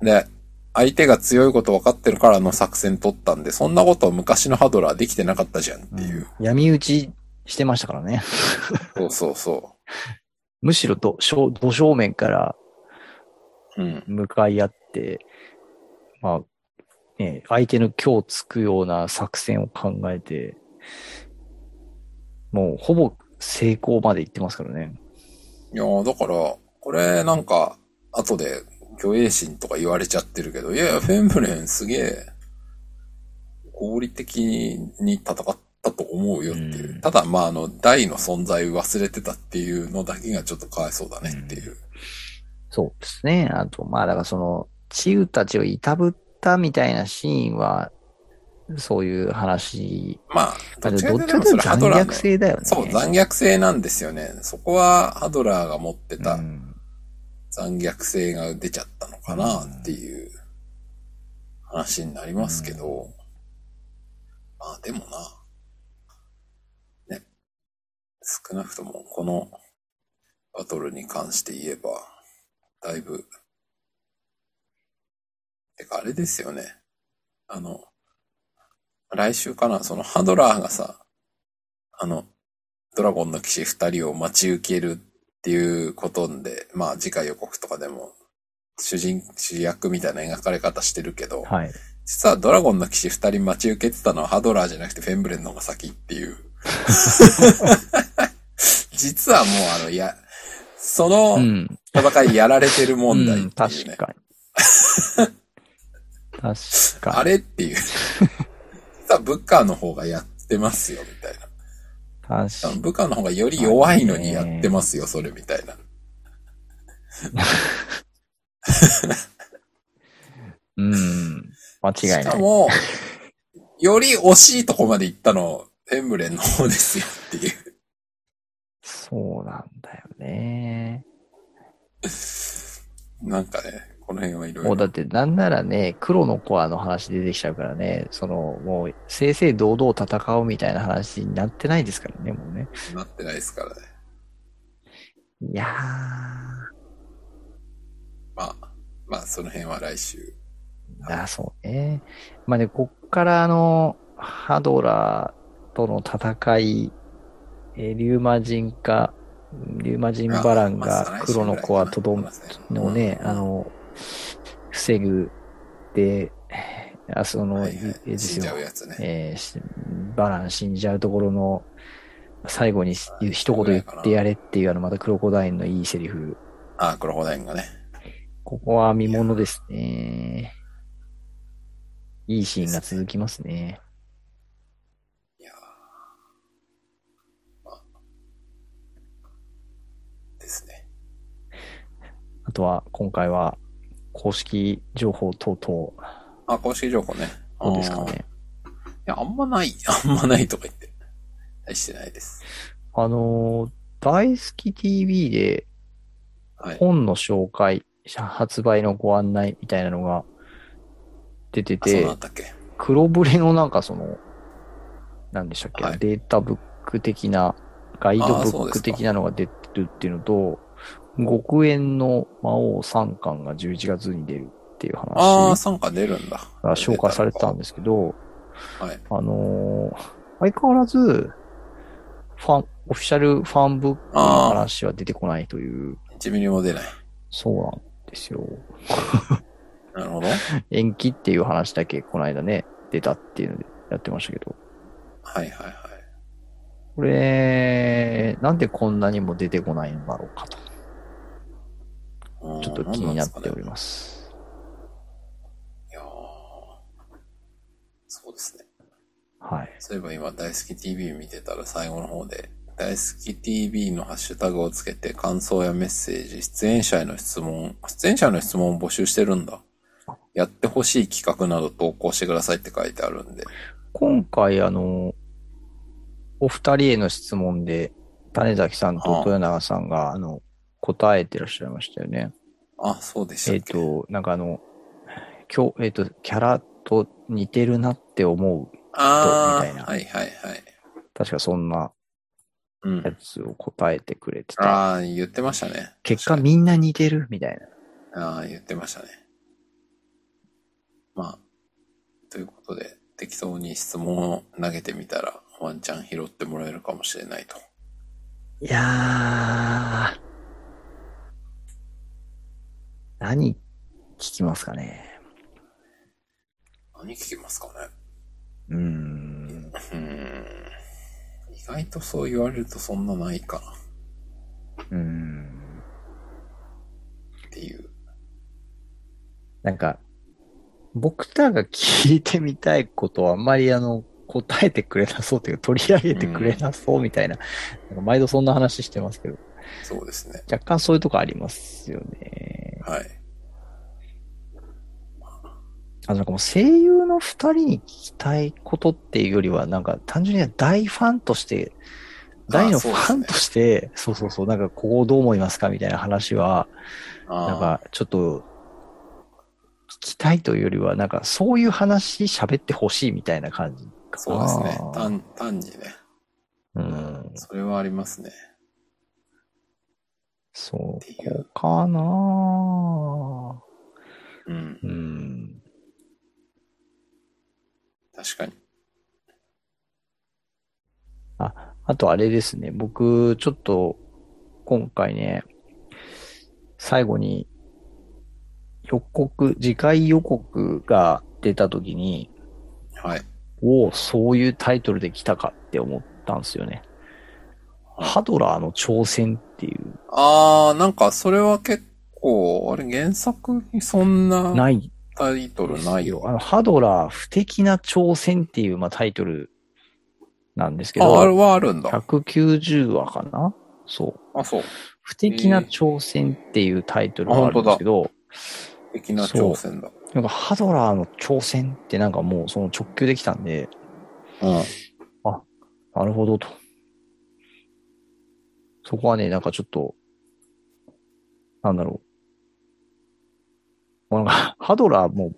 S1: で、相手が強いこと分かってるからあの作戦取ったんで、そんなこと昔のハドラーできてなかったじゃんっていう。
S2: うん闇討ちしてましたからね。
S1: そうそうそ
S2: むしろど正ど正面から
S1: う。うん。
S2: 向かい合って、まあ、ね、相手の今日つくような作戦を考えて、もうほぼ成功までいってますからね。
S1: いやーだから、これなんか、後で虚栄心とか言われちゃってるけど、いやいや、フェンブレンすげえ、合理的に戦ったと思うよっていう。
S2: うん
S1: ただ、まあ、あの、大の存在忘れてたっていうのだけがちょっとかわいそうだねっていう。
S2: そうですね。あと、まあ、だからその、チウたちをいたぶったみたいなシーンは、そういう話。
S1: まあ、
S2: まあ
S1: どっちか
S2: どっ
S1: というとでも
S2: ちかとい
S1: そうれ
S2: と
S1: ハ
S2: 残
S1: ドラーの
S2: 虐性だよね。
S1: そう、残虐性なんですよね。そこはハドラーが持ってた
S2: うん
S1: 残虐性が出ちゃったのかなっていう話になりますけど、まあでもな、ね、少なくともこのバトルに関して言えば、だいぶ、てかあれですよね。あの、来週かな、そのハドラーがさ、あの、ドラゴンの騎士二人を待ち受けるっていうことんで、まあ次回予告とかでも、主人、主役みたいな描かれ方してるけど、
S2: はい。
S1: 実はドラゴンの騎士二人待ち受けてたのはハドラーじゃなくてフェンブレンの方が先って いう。実はもうあの、いや、その
S2: ん。
S1: 戦いやられてる問題っていううね
S2: ん、。確 かに。確か
S1: あ
S2: に。
S1: れっていう。実はブッカーの方がやってますよ、みたいな。
S2: 確かに。
S1: 部下の方がより弱いのにやってますよ、それみたいな。
S2: うん。間違い
S1: し
S2: な
S1: か
S2: い。
S1: も、より惜しいとこまで行ったの、フェンブレンの方ですよっていう。
S2: そうなんだよね。
S1: なんかね、この辺はいろい
S2: もうだ
S1: ろ。
S2: ってなんならね、黒のコアの話出てきちゃうからね、そのもう正々堂々戦うみたいな話になってないですからね、もうね。
S1: なってないですからね。
S2: いや
S1: まあ、まあ、その辺は来週。
S2: ー、あそうね。まあね、こっからあの、ハドラーとの戦い、えーリューマ人か、リューマ人バランが黒のコアとどんのね、あ、の、防ぐで、あそ
S1: ま
S2: の、
S1: あ
S2: い
S1: 再来週ぐらいかな話ねうんはいはい死んじ
S2: えですよ
S1: ゃうやつね。
S2: えーしバラン死んじゃうところの最後にし
S1: はい
S2: 一言言ってやれっていうあのまたクロコダインのいいセリフ。
S1: ああ、クロホダインがね。
S2: ここは見物ですね。いいシーンが続きますね。
S1: いやーまあですね。
S2: あとは今回は公式情報等々、
S1: あ、公式情報ね。
S2: どうですか
S1: あーい
S2: ね。
S1: や、あんまない、 あんまないとか言って。大してないです。
S2: あのー大好き TV で
S1: はい。
S2: 本の紹介、発売のご案内みたいなのが出て
S1: あ、そう
S2: て
S1: なん、だっけ。
S2: 黒ブレのなんかその、なんでしたっけ、
S1: はい
S2: データブック的な、ガイドブック的なのが出るっていうのと、極縁の魔王三巻が11月に出るっていう
S1: ああ、
S2: 話
S1: 参加出るんだ。
S2: が紹介されてたんですけど、
S1: はい。
S2: あのー相変わらず、ファン、オフィシャルファンブックの
S1: ああ、
S2: 話は出てこないという、
S1: 1ミリも出ない。
S2: そうなんですよ。
S1: なるほど。
S2: 延期っていう話だけこの間ね、出たっていうのでやってましたけど。
S1: はいはいはい。
S2: これ、なんでこんなにも出てこないんだろうかと、
S1: うん
S2: ちょっと気になっ
S1: んん
S2: ており
S1: すかね
S2: ます。
S1: いやーそうですね。
S2: はい。
S1: そういえば今、大好き TV 見てたら最後の方で、大好き TV のハッシュタグをつけて感想やメッセージ、出演者への質問、出演者への質問を募集してるんだ。やってほしい企画など投稿してくださいって書いてあるんで。
S2: 今回、あの、お二人への質問で、種崎さんと豊永さんが、あの、答えてらっしゃいましたよね。
S1: あ、そうでした
S2: え
S1: っ
S2: っ、
S1: け。
S2: と、なんかあの、今日、えっ、と、キャラと似てるなって思う。
S1: あ
S2: みたいな
S1: あ、はいはいはい。
S2: 確かそんな
S1: うん
S2: や。つを答えてくれてた。
S1: ああ、言ってましたね。
S2: 結果みんな似てるみたいな。
S1: ああ、言ってましたね。まあ、ということで、適当に質問を投げてみたら、ワンチャン拾ってもらえるかもしれないと。
S2: いやー。何聞きますかね。
S1: 何聞きますかね
S2: うーん。
S1: うーん。意外とそう言われるとそんなないかな
S2: うーん。
S1: っていう。
S2: なんか、僕らが聞いてみたいことはあんまりあの、答えてくれなそうというか、取り上げてくれなそうみたいな、なんか毎度そんな話してますけど、
S1: そうですね。
S2: 若干そういうとこありますよね。
S1: はい。
S2: あとなんかもう声優の二人に聞きたいことっていうよりは、なんか単純に大ファンとして、大のファンとして、そうそうそう、なんかここどう思いますかみたいな話は、
S1: あー
S2: なんかちょっと、聞きたいというよりは、なんかそういう話喋ってほしいみたいな感じかな。
S1: そうですね。単、単にね。
S2: うん。
S1: それはありますね。
S2: そ
S1: っていう
S2: こかな
S1: うん。
S2: うん。
S1: 確かに。
S2: あとあれですね、僕、ちょっと、今回ね、最後に、予告、次回予告が出た時に、
S1: はい。
S2: おお、そういうタイトルで来たかって思ったんですよね。
S1: はい
S2: ハドラーの挑戦っていう、
S1: あー、なんかそれは結構、あれ原作にそんな
S2: ない
S1: タイトルないよ。
S2: あの、ハドラー不敵な挑戦っていう、まあ、タイトルなんですけ
S1: あ、あれ
S2: ど、
S1: はあるんだ。
S2: 190話かなそう。
S1: あ、そう。
S2: 不敵な挑戦っていうタイトルがあるんですけど、
S1: 的な挑戦だ。
S2: なんかハドラーの挑戦ってなんかもうその直球できたんで、
S1: うん。
S2: なるほどと。そこはね、なんかちょっと、なんだろう。もうなんか、 ハドラーもう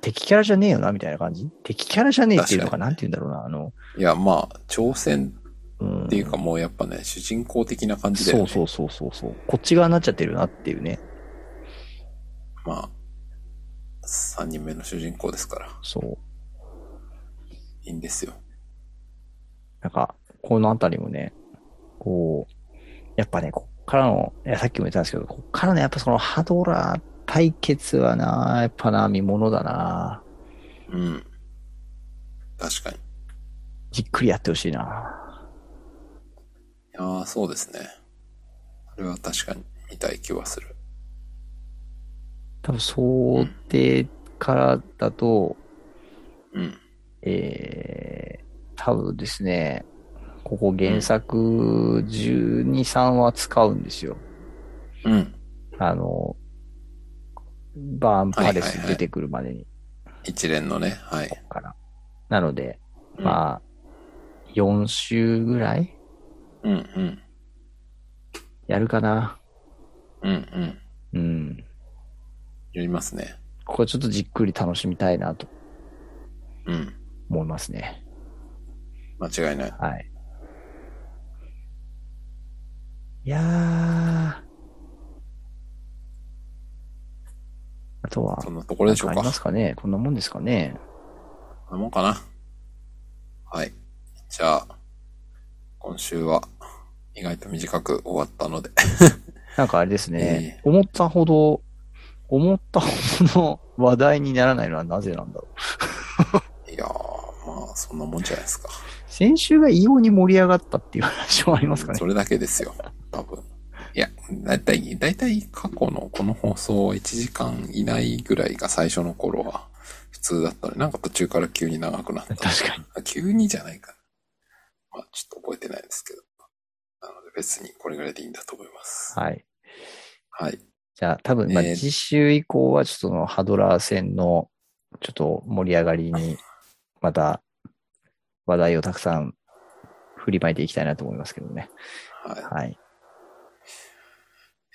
S2: 敵キャラじゃねえよな、みたいな感じ敵キャラじゃねえっていうの
S1: 確
S2: か、
S1: かに
S2: なんて言うんだろうな、あの、
S1: いや、まあ、挑戦
S2: うん。
S1: っていうかもうやっぱね、主人公的な感じで、
S2: そうそうそうそうそう。こっち側になっちゃってるなっていうね。
S1: まあ、3人目の主人公ですから、
S2: そう。
S1: いいんですよ。
S2: なんか、このあたりもね、こう、やっぱね、こっからの、いや、さっきも言ったんですけど、こっからね、やっぱそのハドラー対決はな、やっぱな、見物だな。
S1: うん。確かに。い
S2: じっくりやってほしいな。
S1: やーそうですね。それは確かに見たい気はする。
S2: 多分、想定からだと、
S1: うん。
S2: えー、多分ですね、ここ原作12、3は使うんですよ。
S1: うん。
S2: あの、バーンパレス出てくるまでに、
S1: 一連のね、はい。
S2: ここから。なので、
S1: うん
S2: まあ、4週ぐらい
S1: うんうん。
S2: やるかな。
S1: うんうん。
S2: うん。
S1: やりますね。
S2: ここちょっとじっくり楽しみたいなと
S1: うん。
S2: 思いますね。
S1: 間違いない。
S2: はい。いやー。あとは、
S1: そんなところでしょう
S2: なん
S1: か。
S2: ありますかねこんなもんですかね
S1: こんなもんかな。はい。じゃあ、今週は意外と短く終わったので。
S2: なんかあれですね
S1: え、
S2: 思ったほど、思ったほどの話題にならないのはなぜなんだろう
S1: いやー、まあ、そんなもんじゃないですか。
S2: 先週が異様に盛り上がったっていう話もありますかね
S1: それだけですよ。多分。いや、だいたい、だいたい過去のこの放送1時間以内ぐらいが最初の頃は普通だったのに、なんか途中から急に長くなった。
S2: 確かに。
S1: 急にじゃないかな。まあ、ちょっと覚えてないですけど。なので別にこれぐらいでいいんだと思います。
S2: はい。
S1: はい。
S2: じゃあ、多分、まあ、
S1: えー
S2: 次週以降は、ちょっとそのハドラー戦の、ちょっと盛り上がりに、また、話題をたくさん振りまいていきたいなと思いますけどね。
S1: はい。
S2: はい。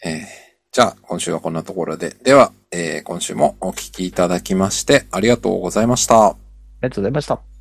S1: えーじゃあ、今週はこんなところで。では、えー今週もお聞きいただきまして、ありがとうございました。
S2: ありがとうございました。